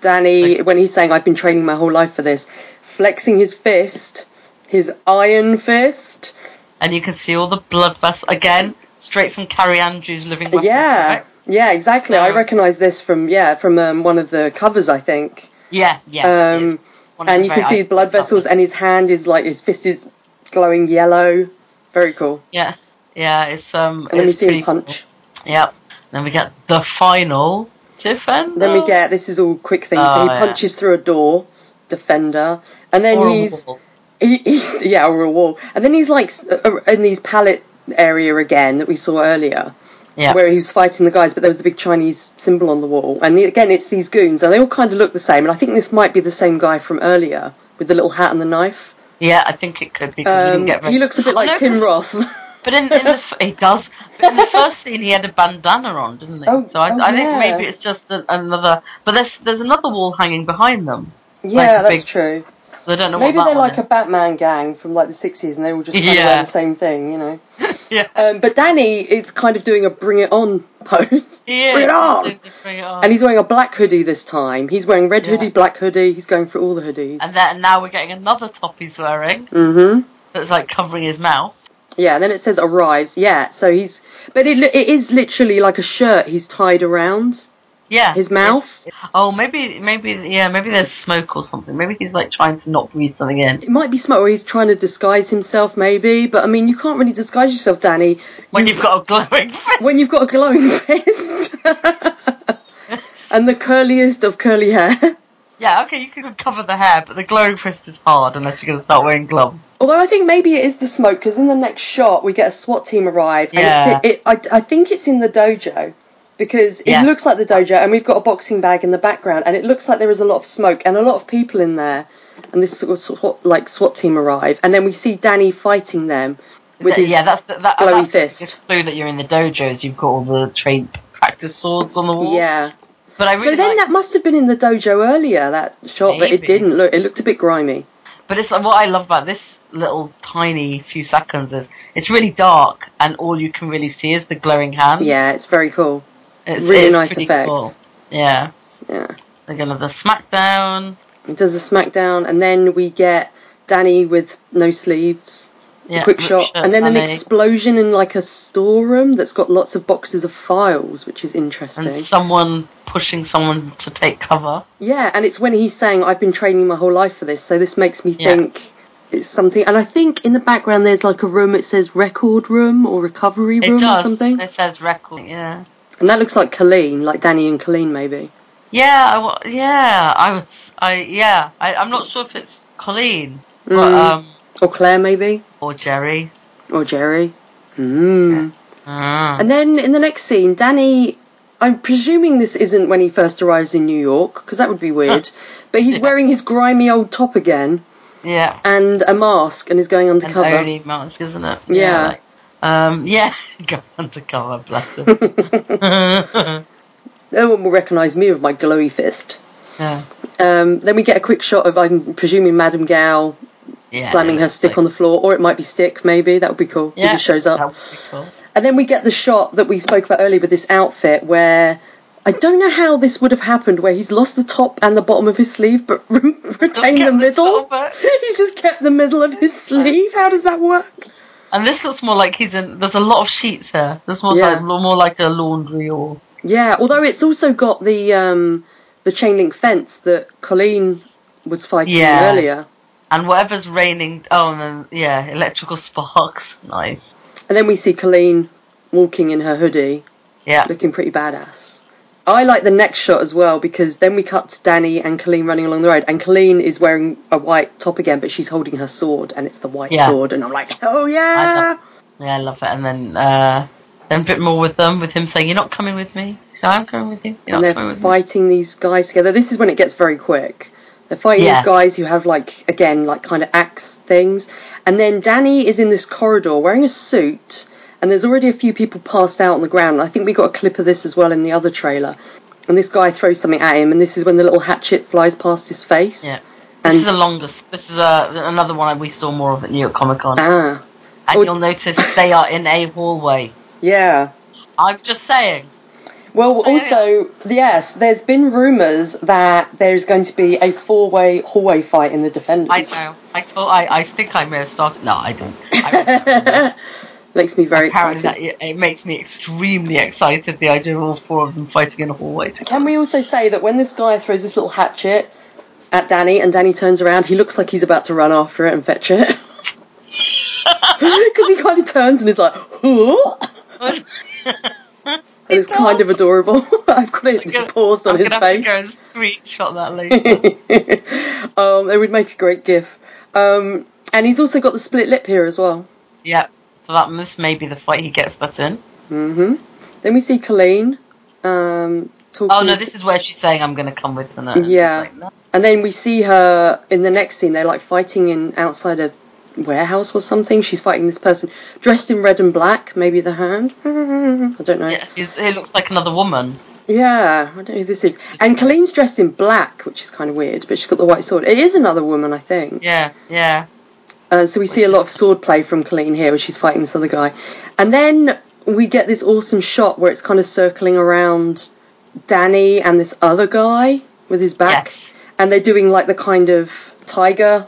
Danny when he's saying, "I've been training my whole life for this," flexing his fist, his iron fist.
And you can see all the blood vessels again, straight from Carrie Andrews' living. Weapons,
Yeah,
right?
yeah, exactly. I
So-
recognise this from yeah from um, one of the covers, I think.
yeah, yeah. it is.
Um,
One of
and
the
you can
very
see
iconic
the blood vessels,
covers.
and his hand is like his fist is glowing yellow. Very cool.
Yeah, yeah. It's um.
And then we
it's
see him
pretty cool.
punch.
Yep. Then we get the final defender.
Then we get this is all quick things. so
Oh,
he
yeah. Oh.
punches through a door, defender, and then
Or a
he's
wall.
he, he's yeah or a wall, and then he's like s- uh, in these pallet area again that we saw earlier.
Yeah.
where he was fighting the guys, but there was the big Chinese symbol on the wall. And the- again, it's these goons, and they all kind of look the same. And I think this might be the same guy from earlier with the little hat and the knife.
yeah, I think it could because we
Um,
didn't get. very-
he looks a bit
Oh,
like
no,
Tim
(laughs)
Roth. (laughs)
But in, in the f- he does. But in the first scene, he had a bandana on, didn't he?
Oh,
so I,
oh,
I think
yeah.
maybe it's just a, another. But there's there's another wall hanging behind them.
yeah,
a
that's
big-
true.
So I don't know
Maybe
what that
they're
one
like a Batman gang from like the sixties, and they all just kind of
Yeah.
wear the same thing, you know.
is. (laughs) yeah,
Um, but Danny is kind of doing a "bring it on" (laughs) pose.
he is.
Bring it on.
He's doing the bring it on.
And he's wearing a black hoodie this time. He's wearing red
Yeah.
hoodie, black hoodie. He's going for all the hoodies.
And then now we're getting another top he's wearing
mm-hmm.
that's like covering his mouth.
Yeah, and then it says arrives. Yeah, so he's but it it is literally like a shirt he's tied around
Yeah,
his mouth.
It's- oh, maybe maybe yeah, maybe there's smoke or something. Maybe he's like trying to not breathe something in.
It might be smart, or he's trying to disguise himself, maybe. But I mean, you can't really disguise yourself, Danny,
When you've got a glowing (laughs) face.
when you've got a glowing (laughs) fist and the curliest of curly hair.
Yeah, okay, you can cover the hair, but the glowing fist is hard unless you're going to start wearing gloves.
Although I think maybe it is the smoke, because in the next shot we get a SWAT team arrive,
Yeah.
and it's, it, I, I think it's in the dojo because it
Yeah.
looks like the dojo, and we've got a boxing bag in the background, and it looks like there is a lot of smoke and a lot of people in there, and this sort of SWAT, like SWAT team arrive, and then we see Danny fighting them with
Th-
his
yeah, that's the, that,
glowy
that's the
fist.
biggest clue that you're in the dojos. You've got all the trained practice swords on the wall.
yeah.
but I really
so then
like-
that must have been in the dojo earlier that shot, but it
Maybe.
didn't look. It looked a bit grimy.
But it's what I love about this little tiny few seconds is it's really dark and all you can really see is the glowing hand.
Yeah, it's very cool.
it's,
really
it's
nice
pretty
effect.
cool. Yeah,
Yeah.
they're gonna the SmackDown.
He does a smackdown, and then we get Danny with no sleeves.
Yeah,
quick
which,
shot,
uh,
and then an
they-
explosion in like a storeroom that's got lots of boxes of files, which is interesting.
and someone pushing someone to take cover.
yeah, and it's when he's saying, "I've been training my whole life for this," so this makes me
Yeah.
think it's something. And I think in the background there's like a room. It says record room or recovery
It
room
does.
or something,
It says record. Yeah.
and that looks like Colleen, like Danny and Colleen maybe.
Yeah, I wa- yeah, I was, I yeah, I, I'm not sure if it's Colleen, but
Mm.
um,
or Claire maybe,
or Jerry.
or Jerry. Hmm.
Ah.
And then in the next scene, Danny. I'm presuming this isn't when he first arrives in New York, because that would be
(laughs)
weird. But he's wearing his grimy old top again
yeah,
and a mask and is going
and
undercover.
only mask, isn't it?
Yeah.
like, um, (laughs) yeah, go undercover, bless
(laughs)
him.
No one will recognise me with my glowy fist.
yeah,
Um, then we get a quick shot of, I'm presuming, Madame Gao
yeah,
slamming her stick on the floor, or it might be Stick, maybe. That would be cool.
Yeah,
He just shows up.
That would be cool.
And then we get the shot that we spoke about earlier with this outfit where I don't know how this would have happened where he's lost the top and the bottom of his sleeve but (laughs) re- retained
get
the
the
middle.
top
(laughs)
bit.
he's just kept the middle of his sleeve. How does that work?
And this looks more like he's in. There's a lot of sheets here. This one's
Yeah.
like more like a laundry or
Yeah, although it's also got the um, the chain link fence that Colleen was fighting
Yeah.
earlier.
and whatever's raining. Oh, and then, yeah, electrical sparks. Nice.
And then we see Colleen walking in her hoodie
Yeah.
looking pretty badass. I like the next shot as well because then we cut to Danny and Colleen running along the road, and Colleen is wearing a white top again, but she's holding her sword, and it's the white
Yeah.
sword, and I'm like, oh yeah,
Yeah, I love it. And then uh, then a bit more with them, with him saying, "You're not coming with me." So I'm coming with you. You're
and
not
they're
coming with me.
fighting these guys together. This is when it gets very quick. They're fighting
Yeah.
these guys who have like again like kind of axe things, and then Danny is in this corridor wearing a suit, and there's already a few people passed out on the ground. I think we got a clip of this as well in the other trailer, and this guy throws something at him, and this is when the little hatchet flies past his face.
Yeah.
And
This is the longest. This is uh, another one we saw more of at New York Comic Con.
ah,
and
oh.
you'll notice they are in a hallway.
yeah.
I'm just saying.
Well,
So,
also, yes, there's been rumours that there's going to be a four way hallway fight in the
I
Defenders.
know. I told. I, I think I may have started. No, I didn't.
(laughs)
I read that rumor.
Makes me very
Apparently,
excited.
that, it, it makes me extremely excited. The idea of all four of them fighting in a hallway together.
Can we also say that when this guy throws this little hatchet at Danny and Danny turns around, he looks like he's about to run after it and fetch it? (laughs) Because he kind of turns and is like, huh? And it's kind of adorable. (laughs) I've got it
I'm gonna-
paused on
I'm
his
gonna
face.
have to go and screenshot that
(laughs)
later.
um, it would make a great gif. Um, and he's also got the split lip here as well.
yeah. So that this may be the fight he gets that in.
hmm Then we see Colleen um, talking.
Oh no,
to-
this is where she's saying I'm gonna come with tonight.
Yeah.
Like, no.
and then we see her in the next scene. They're like fighting in outside a warehouse or something. She's fighting this person dressed in red and black. Maybe the hand. (laughs) I don't know.
Yeah, he's- he looks like another woman.
Yeah, I don't know who this is. And Colleen's dressed in black, which is kind of weird, but she's got the white sword. It is another woman, I think.
Yeah, yeah.
Uh, so we see a lot of swordplay from Colleen here, where she's fighting this other guy, and then we get this awesome shot where it's kind of circling around Danny and this other guy with his back,
Yes.
and they're doing like the kind of tiger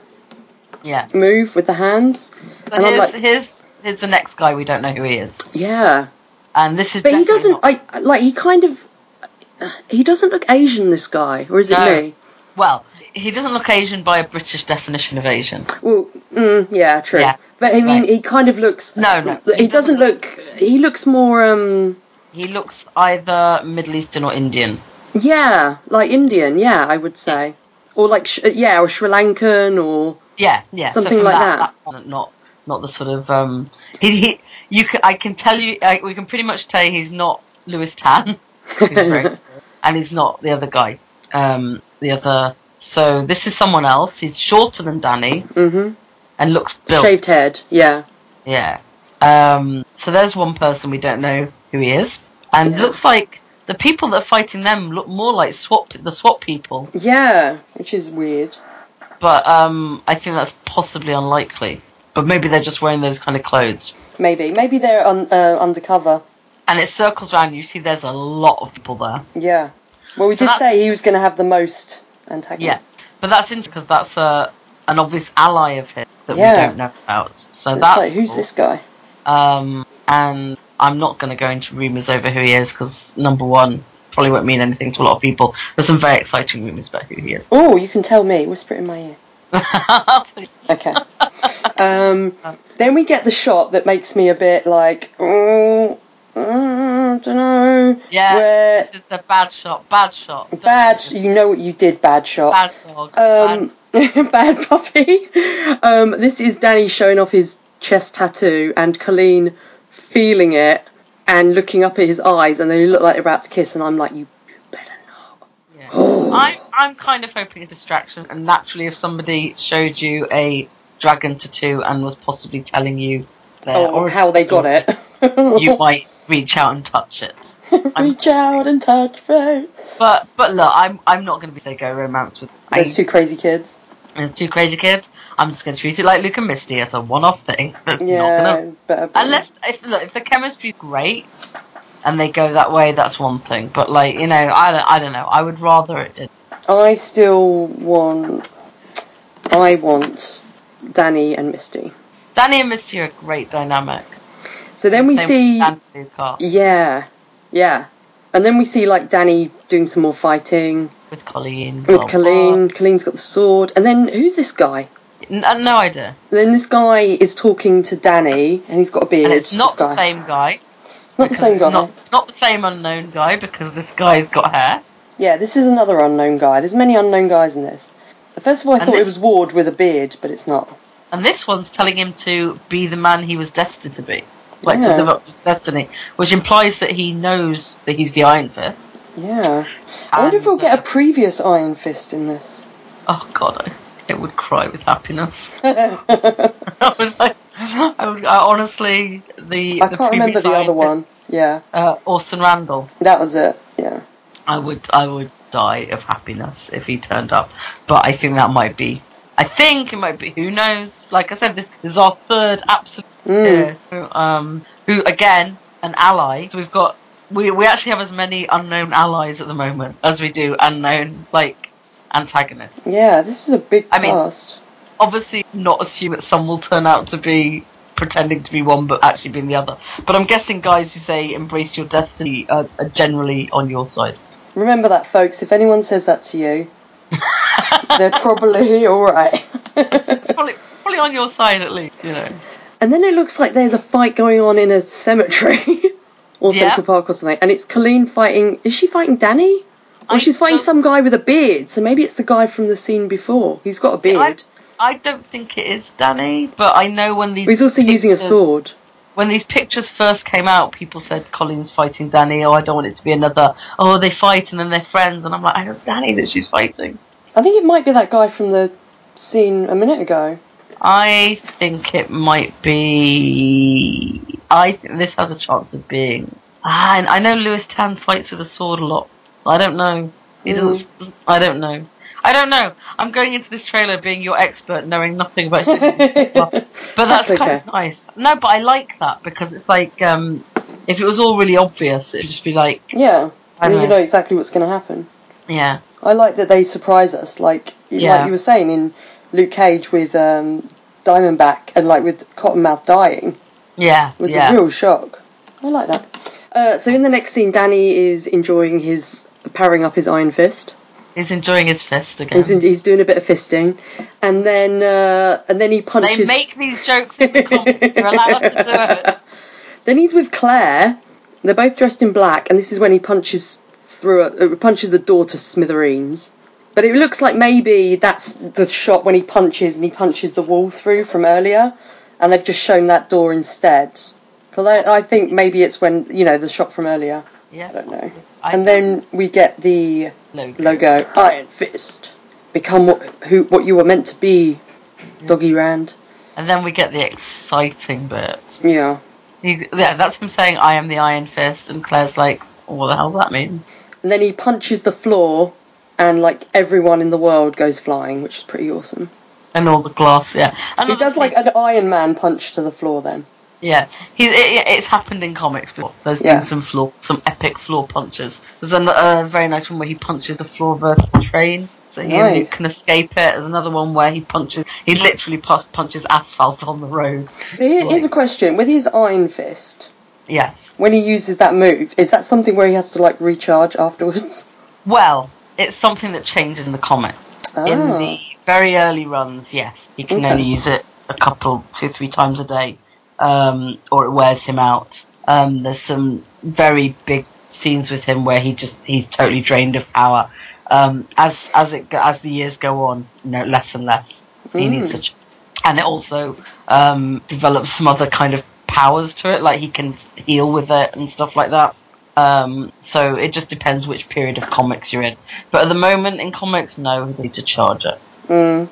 Yeah.
move with the hands,
So
and I'm
here's,
like,
here's here's the next guy we don't know who he is,
yeah,
and this is.
but he
definitely
doesn't.
not-
I like he kind of he doesn't look Asian. This guy, or is it
No.
me?
well, he doesn't look Asian by a British definition of Asian.
Well, mm, yeah, true.
Yeah.
But I mean,
Right.
he kind of looks.
No, no,
He,
he
doesn't
doesn't
look. He looks more. um
He looks either Middle Eastern or Indian.
Yeah, like Indian. Yeah, I would say, or like Sh- yeah, or Sri Lankan, or
Yeah, yeah.
Something
so from
like that.
that. that- not not the sort of um. He, he you can, I can tell you I, we can pretty much tell he's not Louis Tan, (laughs) who's
(laughs)
very tall, and he's not the other guy. Um, the other. So this is someone else. He's shorter than Danny
hmm
and looks built.
shaved head. Yeah,
Yeah. Um, so there's one person we don't know who he is, and it
Yeah.
looks like the people that are fighting them look more like swap the swap people.
yeah, which is weird.
But um, I think that's possibly unlikely. But maybe they're just wearing those kind of clothes.
Maybe, maybe they're un- uh, undercover.
And it circles around. You see, there's a lot of people there.
Yeah. Well, we
So
did
that-
say he was going to have the most antagonists.
But that's interesting because that's a an obvious ally of his that
Yeah.
we don't know about. So,
So it's
that's
like, who's
cool.
this guy?
Um, and I'm not going to go into rumours over who he is because number one probably won't mean anything to a lot of people. There's some very exciting rumours about who he is. (laughs)
Oh, you can tell me. Whisper it in my ear.
(laughs)
Okay. um, then we get the shot that makes me a bit like, oh, mm, I don't know.
yeah,
Where
this is a bad shot. Bad shot. Don't
bad,
do this.
you know what you did, bad shot.
Bad dog.
um, (laughs) bad puppy. Um, this is Danny showing off his chest tattoo and Colleen feeling it and looking up at his eyes, and they look like they're about to kiss, and I'm like, you better not.
bad- yeah. I'm I'm kind of hoping a distraction. And naturally, if somebody showed you a dragon tattoo and was possibly telling you their
Oh,
origin
(laughs) how they got
story,
it.
you might reach out and touch it. I'm-
Reach out and touch faith.
But but look, I'm I'm not going to be psycho romance with. I-
Those two crazy kids.
There's two crazy kids. I'm just going to treat it like Luke and Misty. It's a one-off thing. (laughs) That's not
Yeah,
gonna.
better be.
Unless if look, if the chemistry's great and they go that way, that's one thing. But like you know, I don't, I don't know. I would rather it. it-
I still want. I want Danny and Misty.
Danny and Misty are a great dynamic.
So then we
Same
see.
with Dan and Luke are
Yeah, yeah. And then we see like Danny doing some more fighting
with Colleen.
with
blah,
Colleen. Colleen's got the sword. And then who's this guy?
blah. N- uh, no idea.
And then this guy is talking to Danny, and he's got a beard.
And it's
this
not
guy.
the same guy.
It's not the
because
same
it's
guy.
Not, not the same unknown guy because this guy's got hair.
Yeah, this is another unknown guy. There's many unknown guys in this. First of all, I
And
thought it
this-
was Ward with a beard, but it's not.
And this one's telling him to be the man he was destined to be. Like
Yeah.
to live up to his destiny. Which implies that he knows that he's the Iron Fist.
Yeah. I wonder if
And,
we'll get a
uh,
previous Iron Fist in this. (laughs)
oh god, I, I would cry with happiness. (laughs) I was like, I, would, I honestly, the
I can't remember the other one. Yeah,
Uh, Orson Randall.
that was it. Yeah.
I would I would die of happiness if he turned up. But I think that might be I think it might be who knows. Like I said, this is our third absolute
Mm.
who, um who again, an ally. So we've got we, we actually have as many unknown allies at the moment as we do unknown like antagonists.
Yeah, this is a big
I mean-
cast.
Obviously not assume that some will turn out to be pretending to be one but actually being the other. But I'm guessing guys who say embrace your destiny are, are generally on your side. (laughs)
Remember that, folks. If anyone says that to you,
(laughs)
they're probably all right. (laughs)
Probably probably on your side at least, you know.
And then it looks like there's a fight going on in a cemetery (laughs) or
Yeah.
Central Park or something. And it's Colleen fighting. Is she fighting Danny? Or
I
she's fighting
don't-
some guy with a beard. So maybe it's the guy from the scene before. He's got a beard.
I don't think it is Danny, but I know when these
He's also using a
pictures-
sword.
When these pictures first came out, people said Colleen's fighting Danny. Oh, I don't want it to be another. Oh, they fight and then they're friends, and I'm like, I know Danny that she's fighting.
I think it might be that guy from the scene a minute ago. (laughs)
I think it might be. I think this has a chance of being. Ah, and I know Lewis Tan fights with a sword a lot. So I don't know. He doesn't. I don't know. I don't know. I'm going into this trailer being your expert, knowing nothing about
(laughs)
But that's,
That's
kind of nice. No, but I like that because it's like um, if it was all really obvious, it'd just be like,
yeah.
I
you
know.
know exactly what's going to happen.
yeah,
I like that they surprise us, like
Yeah.
like you were saying in Luke Cage with um, Diamondback and like with Cottonmouth dying.
yeah,
It was
yeah.
a real shock. I like that. Uh, so in the next scene, Danny is enjoying his powering up his iron fist.
He's enjoying his fist again.
He's, in, he's doing a bit of fisting, and then uh, and then he
they
punches.
make these jokes
(laughs)
in the comics. You're allowed to do it.
Then he's with Claire. They're both dressed in black, and this is when he punches through a, uh, punches the door to smithereens. But it looks like maybe that's the shot when he punches and he punches the wall through from earlier, and they've just shown that door instead. Because I, I think maybe it's when you know the shot from earlier. I
Yeah.
don't know.
I-
and then we get the
Logo.
logo Iron Fist. Become what, who what you were meant to be, Doggy Rand.
And then we get the exciting bit.
Yeah.
He, yeah, that's him saying, "I am the Iron Fist," and Claire's like, "What the hell does that mean?"
And then he punches the floor, and like everyone in the world goes flying, which is pretty awesome.
And all the glass, yeah. And
He does like an Iron Man punch to the floor then.
Yeah, he, it, it's happened in comics before. There's
Yeah.
been some floor, some epic floor punches. There's a uh, very nice one where he punches the floor of a train, so he and Luke
Nice.
can escape it. There's another one where he punches, he literally pu- punches asphalt on the road.
So here, here's a
Right.
question: with his Iron Fist,
Yeah.
when he uses that move, is that something where he has to like recharge afterwards?
Well, it's something that changes in the comic. In
Ah.
the very early runs, yes, he can
Okay.
only use it a couple, two, three times a day, um, or it wears him out. Um, there's some very big scenes with him where he just he's totally drained of power. Um, as as it go- as the years go on, you know, less and less he needs to, ch- and it also um, develops some other kind of powers to it, like he can heal with it and stuff like that. Um, so it just depends which period of comics you're in. But at the moment in comics, no, he need to charge it.
Mm.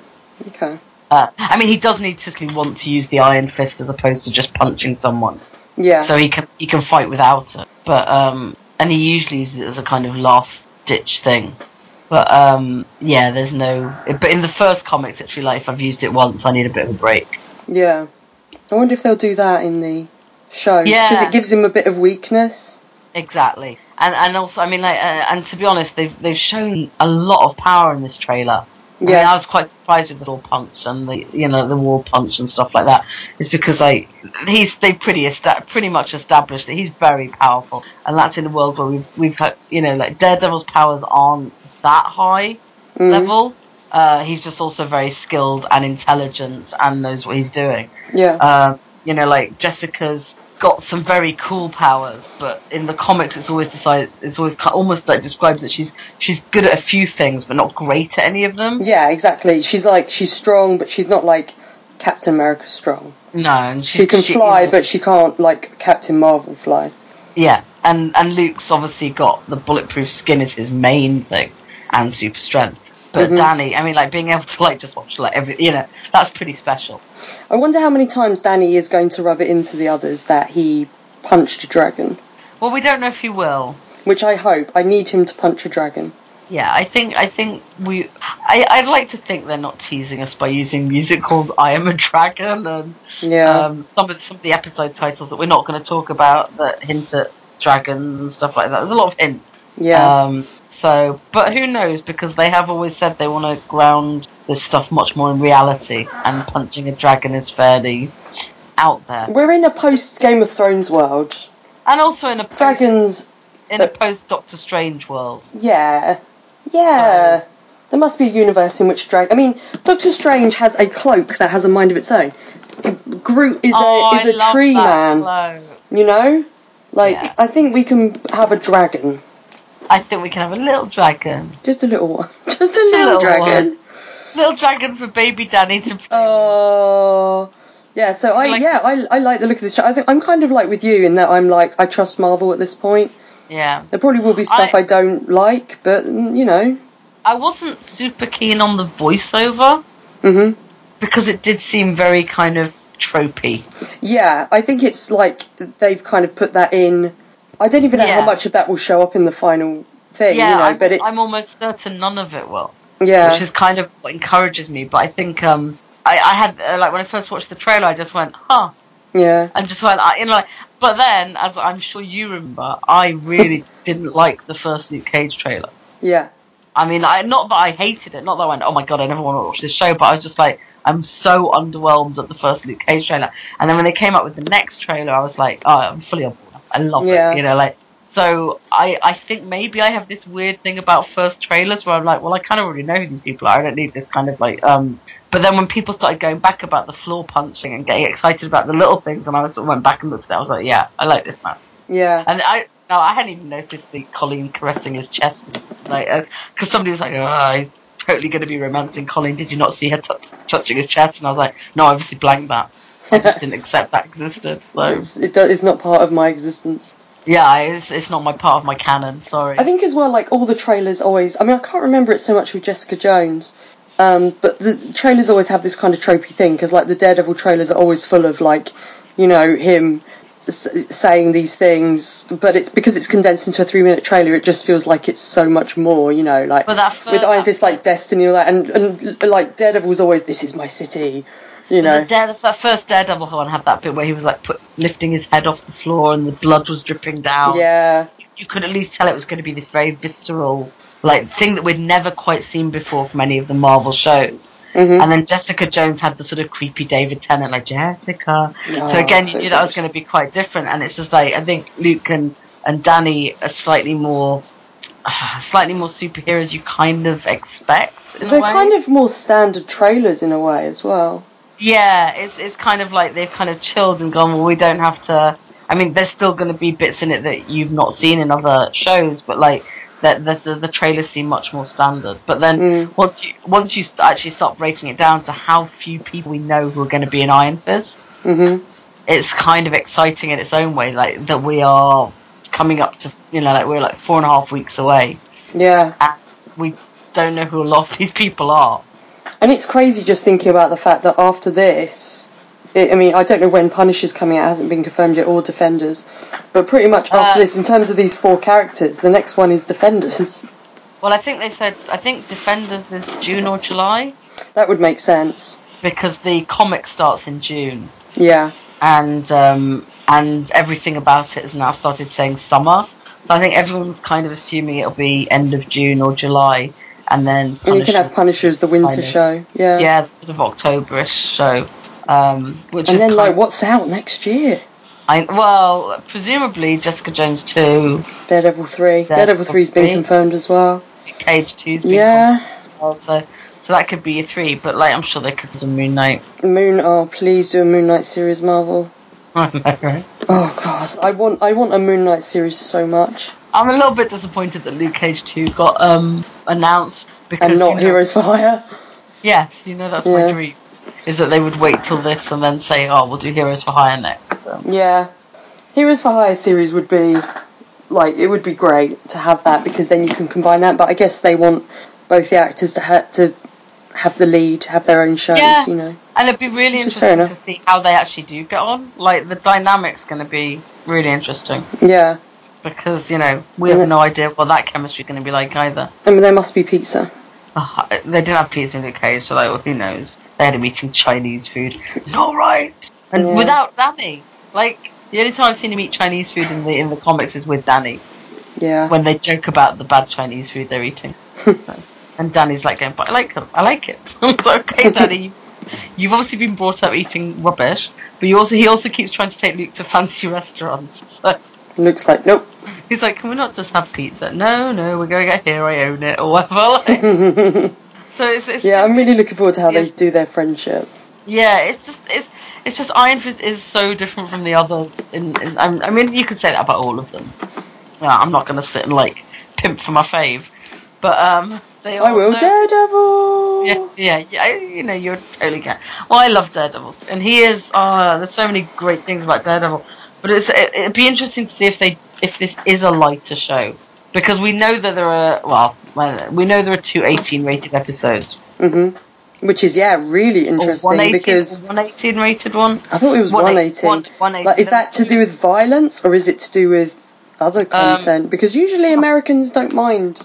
Okay.
Uh, I mean, he does need to actually want to use the iron fist as opposed to just punching someone,
Yeah.
so he can he can fight without it. But um, and he usually uses it as a kind of last ditch thing. But um, yeah, there's no. But in the first comics, it's really like if I've used it once, I need a bit of a break.
yeah. I wonder if they'll do that in the show because
Yeah.
it gives him a bit of weakness.
Exactly, and and also, I mean, like, uh, and to be honest, they've they've shown a lot of power in this trailer. I mean,
Yeah.
I was quite surprised with the little punch and the you know the wall punch and stuff like that. It's because like he's they pretty esta- pretty much established that he's very powerful, and that's in a world where we've we've had, you know like Daredevil's powers aren't that high
Mm.
level. Uh, he's just also very skilled and intelligent and knows what he's doing.
Yeah.
Um, you know, like Jessica's got some very cool powers, but in the comics, it's always decided, it's always ki- almost like described that she's she's good at a few things, but not great at any of them.
yeah. Exactly. She's like she's strong, but she's not like Captain America strong.
No, and she,
She can fly,
is-
but she can't like Captain Marvel fly.
yeah, and and Luke's obviously got the bulletproof skin is his main thing, and super strength. But
Mhm.
Danny, I mean, like being able to like just watch like every, you know, that's pretty special.
I wonder how many times Danny is going to rub it into the others that he punched a dragon.
Well, we don't know if he will.
Which I hope. I need him to punch a dragon.
Yeah, I think I think we. I, I'd like to think they're not teasing us by using music called "I Am a Dragon" and
Yeah.
um, some of some of the episode titles that we're not going to talk about that hint at dragons and stuff like that. There's a lot of hints.
yeah.
Um, so, but who knows? Because they have always said they want to ground this stuff much more in reality, and punching a dragon is fairly out there.
We're in a post Game of Thrones world.
And also in a post,
Dragons,
in
uh,
a post Doctor Strange world.
yeah. Yeah. There must be a universe in which dragon. I mean, Doctor Strange has a cloak that has a mind of its own. Groot is
oh,
a is
I
a
love
tree
that
man.
cloak.
You know, like
Yeah.
I think we can have a dragon,
I think we can have a little dragon,
just a little one, (laughs) just a little,
little
dragon.
one. little dragon for baby Danny to play. with.
Oh, yeah. So I
Like-
yeah I, I like the look of this. tra- I think I'm kind of like with you in that I'm like I trust Marvel at this point.
yeah.
There probably will be stuff I,
I-
don't like, but mm, you know,
I wasn't super keen on the voiceover
hmm
because it did seem very kind of tropey.
yeah. I think it's like they've kind of put that in. I don't even know how
Yeah.
much of that will show up in the final thing.
yeah,
you know,
I'm,
but it's
I'm almost certain none of it will,
yeah.
which is kind of what encourages me. But I think um, I, I had uh, like when I first watched the trailer, I just went, huh,
yeah.
and just went, I, you know, like. But then, as I'm sure you remember, I really didn't like the first Luke Cage trailer.
Yeah.
I mean, I not that I hated it, not that I went, oh my god, I never want to watch this show, but I was just like, I'm so underwhelmed at the first Luke Cage trailer. And then when they came out with the next trailer, I was like, oh, I'm fully on board. I love
Yeah.
it, you know, like. So I, I think maybe I have this weird thing about first trailers where I'm like, well, I kind of already know who these people are. I don't need this kind of like. um But then when people started going back about the floor punching and getting excited about the little things, and I sort of went back and looked at it, I was like, yeah, I like this man.
Yeah.
And I no, I hadn't even noticed the Colin caressing his chest, like because somebody was like, "Oh, he's totally going to be romancing Colin." Did you not see her t- touching his chest? And I was like, "No, I obviously blanked that. I just didn't accept that existed." So
It's, it do, it's not part of my existence.
yeah, I- it's it's not my part of my canon. Sorry.
I think as well, like all the trailers always. I mean, I can't remember it so much with Jessica Jones, um, but the trailers always have this kind of tropey thing because, like, the Daredevil trailers are always full of like, you know, him s- saying these things, but it's because it's condensed into a three-minute trailer. It just feels like it's so much more, you know, like
But that fir-
with Iron Fist, like Destiny, and all that, and, and like Daredevil's always, this is my city, you
And
know.
The dare, that first Daredevil one had that bit where he was like put, lifting his head off the floor and the blood was dripping down.
Yeah,
You could at least tell it was going to be this very visceral, like thing that we'd never quite seen before from any of the Marvel shows.
hmm
And then Jessica Jones had the sort of creepy David Tennant, like Jessica. so
Oh,
again,
so
you knew that was
good.
going to be quite different. And it's just like I think Luke and and Danny are slightly more, (sighs) slightly more superheroes you kind of expect. In
they're
a way.
kind of more standard trailers in a way as well.
Yeah, it's it's kind of like they've kind of chilled and gone. Well, we don't have to. I mean, there's still going to be bits in it that you've not seen in other shows, but like the the the, the trailers seem much more standard. But then
Mm.
once you once you st- actually start breaking it down to how few people we know who are going to be in Iron Fist,
hmm
it's kind of exciting in its own way. Like that we are coming up to you know like we're like four and a half weeks away.
Yeah.
We don't know who a lot of these people are.
And it's crazy just thinking about the fact that after this, it, I mean, I don't know when Punisher's coming out, it hasn't been confirmed yet, or Defenders, but pretty much after
Uh,
this, in terms of these four characters, the next one is Defenders. (laughs)
Well, I think they said I think Defenders is June or July.
That would make sense.
because the comic starts in June,
Yeah,
and um, and everything about it has now started saying summer. So I think everyone's kind of assuming it'll be end of June or July, and then
and you can have Punisher as the winter
Kind of.
show. Yeah,
yeah, sort of Octoberish show. Um, which
and
is
then
kind
like, what's out next year?
I, well, presumably Jessica Jones two,
Daredevil three.
Daredevil
Daredevil three's been
3.
confirmed as well.
Cage two's been
Yeah,
confirmed, so so that could be a three. But like, I'm sure they could do Moon Knight. (laughs)
Moon. Oh, please do a Moon Knight series, Marvel.
I don't know, right?
Oh God, I want I want a Moon Knight series so much,
I'm a little bit disappointed that Luke Cage two got um announced because
and
you
not
know-
Heroes for Hire.
Yes, you know that's
Yeah.
my dream. Is that they would wait till this and then say, "Oh, we'll do Heroes for Hire next." Um,
Yeah. Heroes for Hire series would be like it would be great to have that because then you can combine that, but I guess they want both the actors to ha- to have the lead, have their own shows.
Yeah.
You know.
And it'd be really
Which is fair
interesting to see how they actually do get on. Like the dynamic's going to be really interesting
Yeah.
because you know we
And
have
it-
no idea what that chemistry's going to be like either.
I mean, there must be pizza.
Ah, they didn't have pizza in the UK, so like who knows? They had him eating Chinese food. It's all right, and
Yeah.
without Danny. Like the only time I've seen him eat Chinese food in the in the comics is with Danny
Yeah.
when they joke about the bad Chinese food they're
(laughs)
eating. and Danny's like going, but I like it. I like it. (laughs) it's okay, Danny. You, you've obviously been brought up eating rubbish, but you also he also keeps trying to take Luke to fancy (laughs) restaurants. So
Luke's like, nope. (laughs)
he's like, can we not just have pizza? No, no, we're going out here. I own it or whatever.
(laughs)
Like,
yeah,
so it's, it's
I'm really looking forward to how they
Yes.
do their friendship.
Yeah, it's just it's it's just Iron Fist is so different from the others. In, in I I mean, you could say that about all of them. Uh, I'm not gonna sit and like pimp for my fave, but um, they
I
all-
will,
they're-
Daredevil.
Yeah, yeah, yeah, I- you know, you're totally get. Well, I love Daredevil, and he is. Uh, there's so many great things about Daredevil, but it's it, it'd be interesting to see if they if this is a lighter show because we know that there are well, well, we know there are two 18 rated episodes,
hmm Which is yeah, really
or
interesting
Oh, one 18
because
or one 18 rated one.
I thought it was
One eight-
118.
one- 118.
Like, is that to do with violence or is it to do with
Um,
other content? because usually Americans don't mind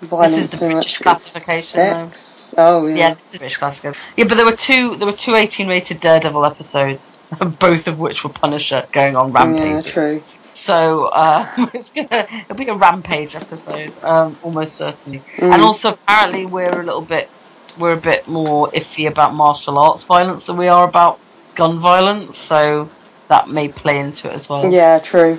violence
the
so
British
much. It's
classification, though.
sex. Oh yeah.
Yeah, this is British classical. Yeah, but there were two there were two 18 rated Daredevil episodes, (laughs) both of which were Punisher going on
Yeah,
rampage.
true.
So uh, (laughs) it's gonna it'll be a rampage episode, um, almost certainly.
Mm.
And also apparently we're a little bit we're a bit more iffy about martial arts violence than we are about gun violence, so that may play into it as well.
Yeah, true.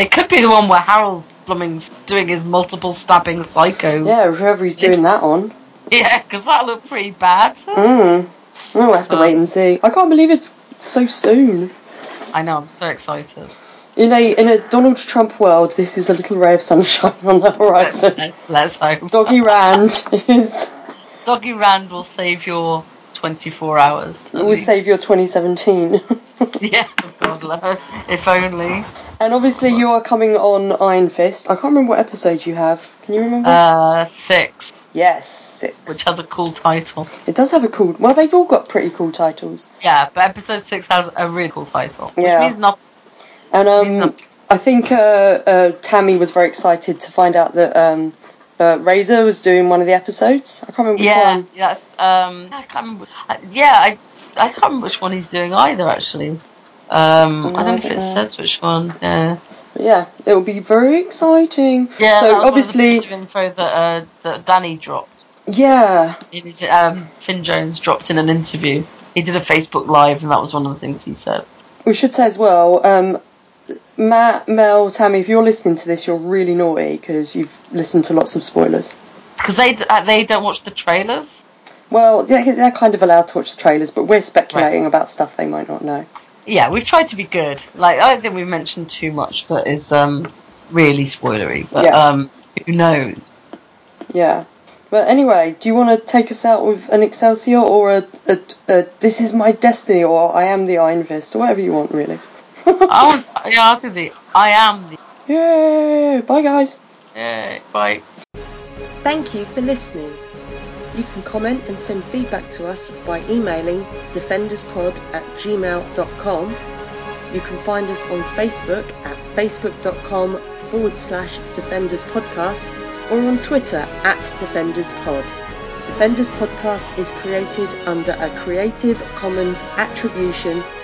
It could be the one where Harold Fleming's doing his multiple stabbing psycho.
Yeah, whoever he's doing that on.
(laughs) Yeah, because that looked pretty bad.
Mm. We'll have to
Uh.
wait and see. I can't believe it's so soon.
I know, I'm so excited.
(laughs) In a in a Donald Trump world, this is a little ray of sunshine on the
Let's, (laughs)
horizon.
uh, let's hope.
Doggy Rand is
Doggy Rand will save your 24 hours. at (laughs)
will
least.
save your (laughs) 2017.
Yeah, God, love. If only.
And obviously, you are coming on Iron Fist. I can't remember what episode you have. Can you remember?
Uh, six,
yes, six.
which has a cool title.
it does have a cool. Well, they've all got pretty cool titles.
Yeah, but episode six has a really cool title. Which
Yeah.
means nothing.
And um,
Mhm.
I think uh, uh, Tammy was very excited to find out that um, uh, Razor was doing one of the episodes. I can't remember which
Yeah,
one.
yes. Um, I can't remember. I- Yeah, I, I can't remember which one he's doing either, actually. Um,
Mm,
I
I
don't know if
don't
it
know.
says which one. Yeah.
But yeah, it will be very exciting.
Yeah, that was
so
one of the
obviously,
bits of info that, uh, that Danny dropped.
yeah,
in his, um, Finn Jones dropped in an interview. He did a Facebook Live, and that was one of the things he said.
we should say as well. Um, Matt, Mel, Tammy, if you're listening to this, you're really naughty because you've listened to lots of spoilers.
Because they uh, they don't watch the trailers.
Well, they're, they're kind of allowed to watch the trailers, but we're speculating about stuff they might not know.
Yeah, we've tried to be good. Like I don't think we've mentioned too much that is um, really spoilery, but
Yeah.
um, who knows?
Yeah. But anyway, do you want to take us out with an Excelsior or a, a, a This Is My Destiny or I Am the Iron Fist or whatever you want, really?
I want, yeah, I'll do the. I am uh, the.
Yay! Bye, guys!
Yeah, right.
Thank you for listening. You can comment and send feedback to us by emailing defenderspod at gmail.com. You can find us on Facebook at facebook.com forward slash defenders podcast or on Twitter at defenders pod. Defenders Podcast is created under a Creative Commons Attribution,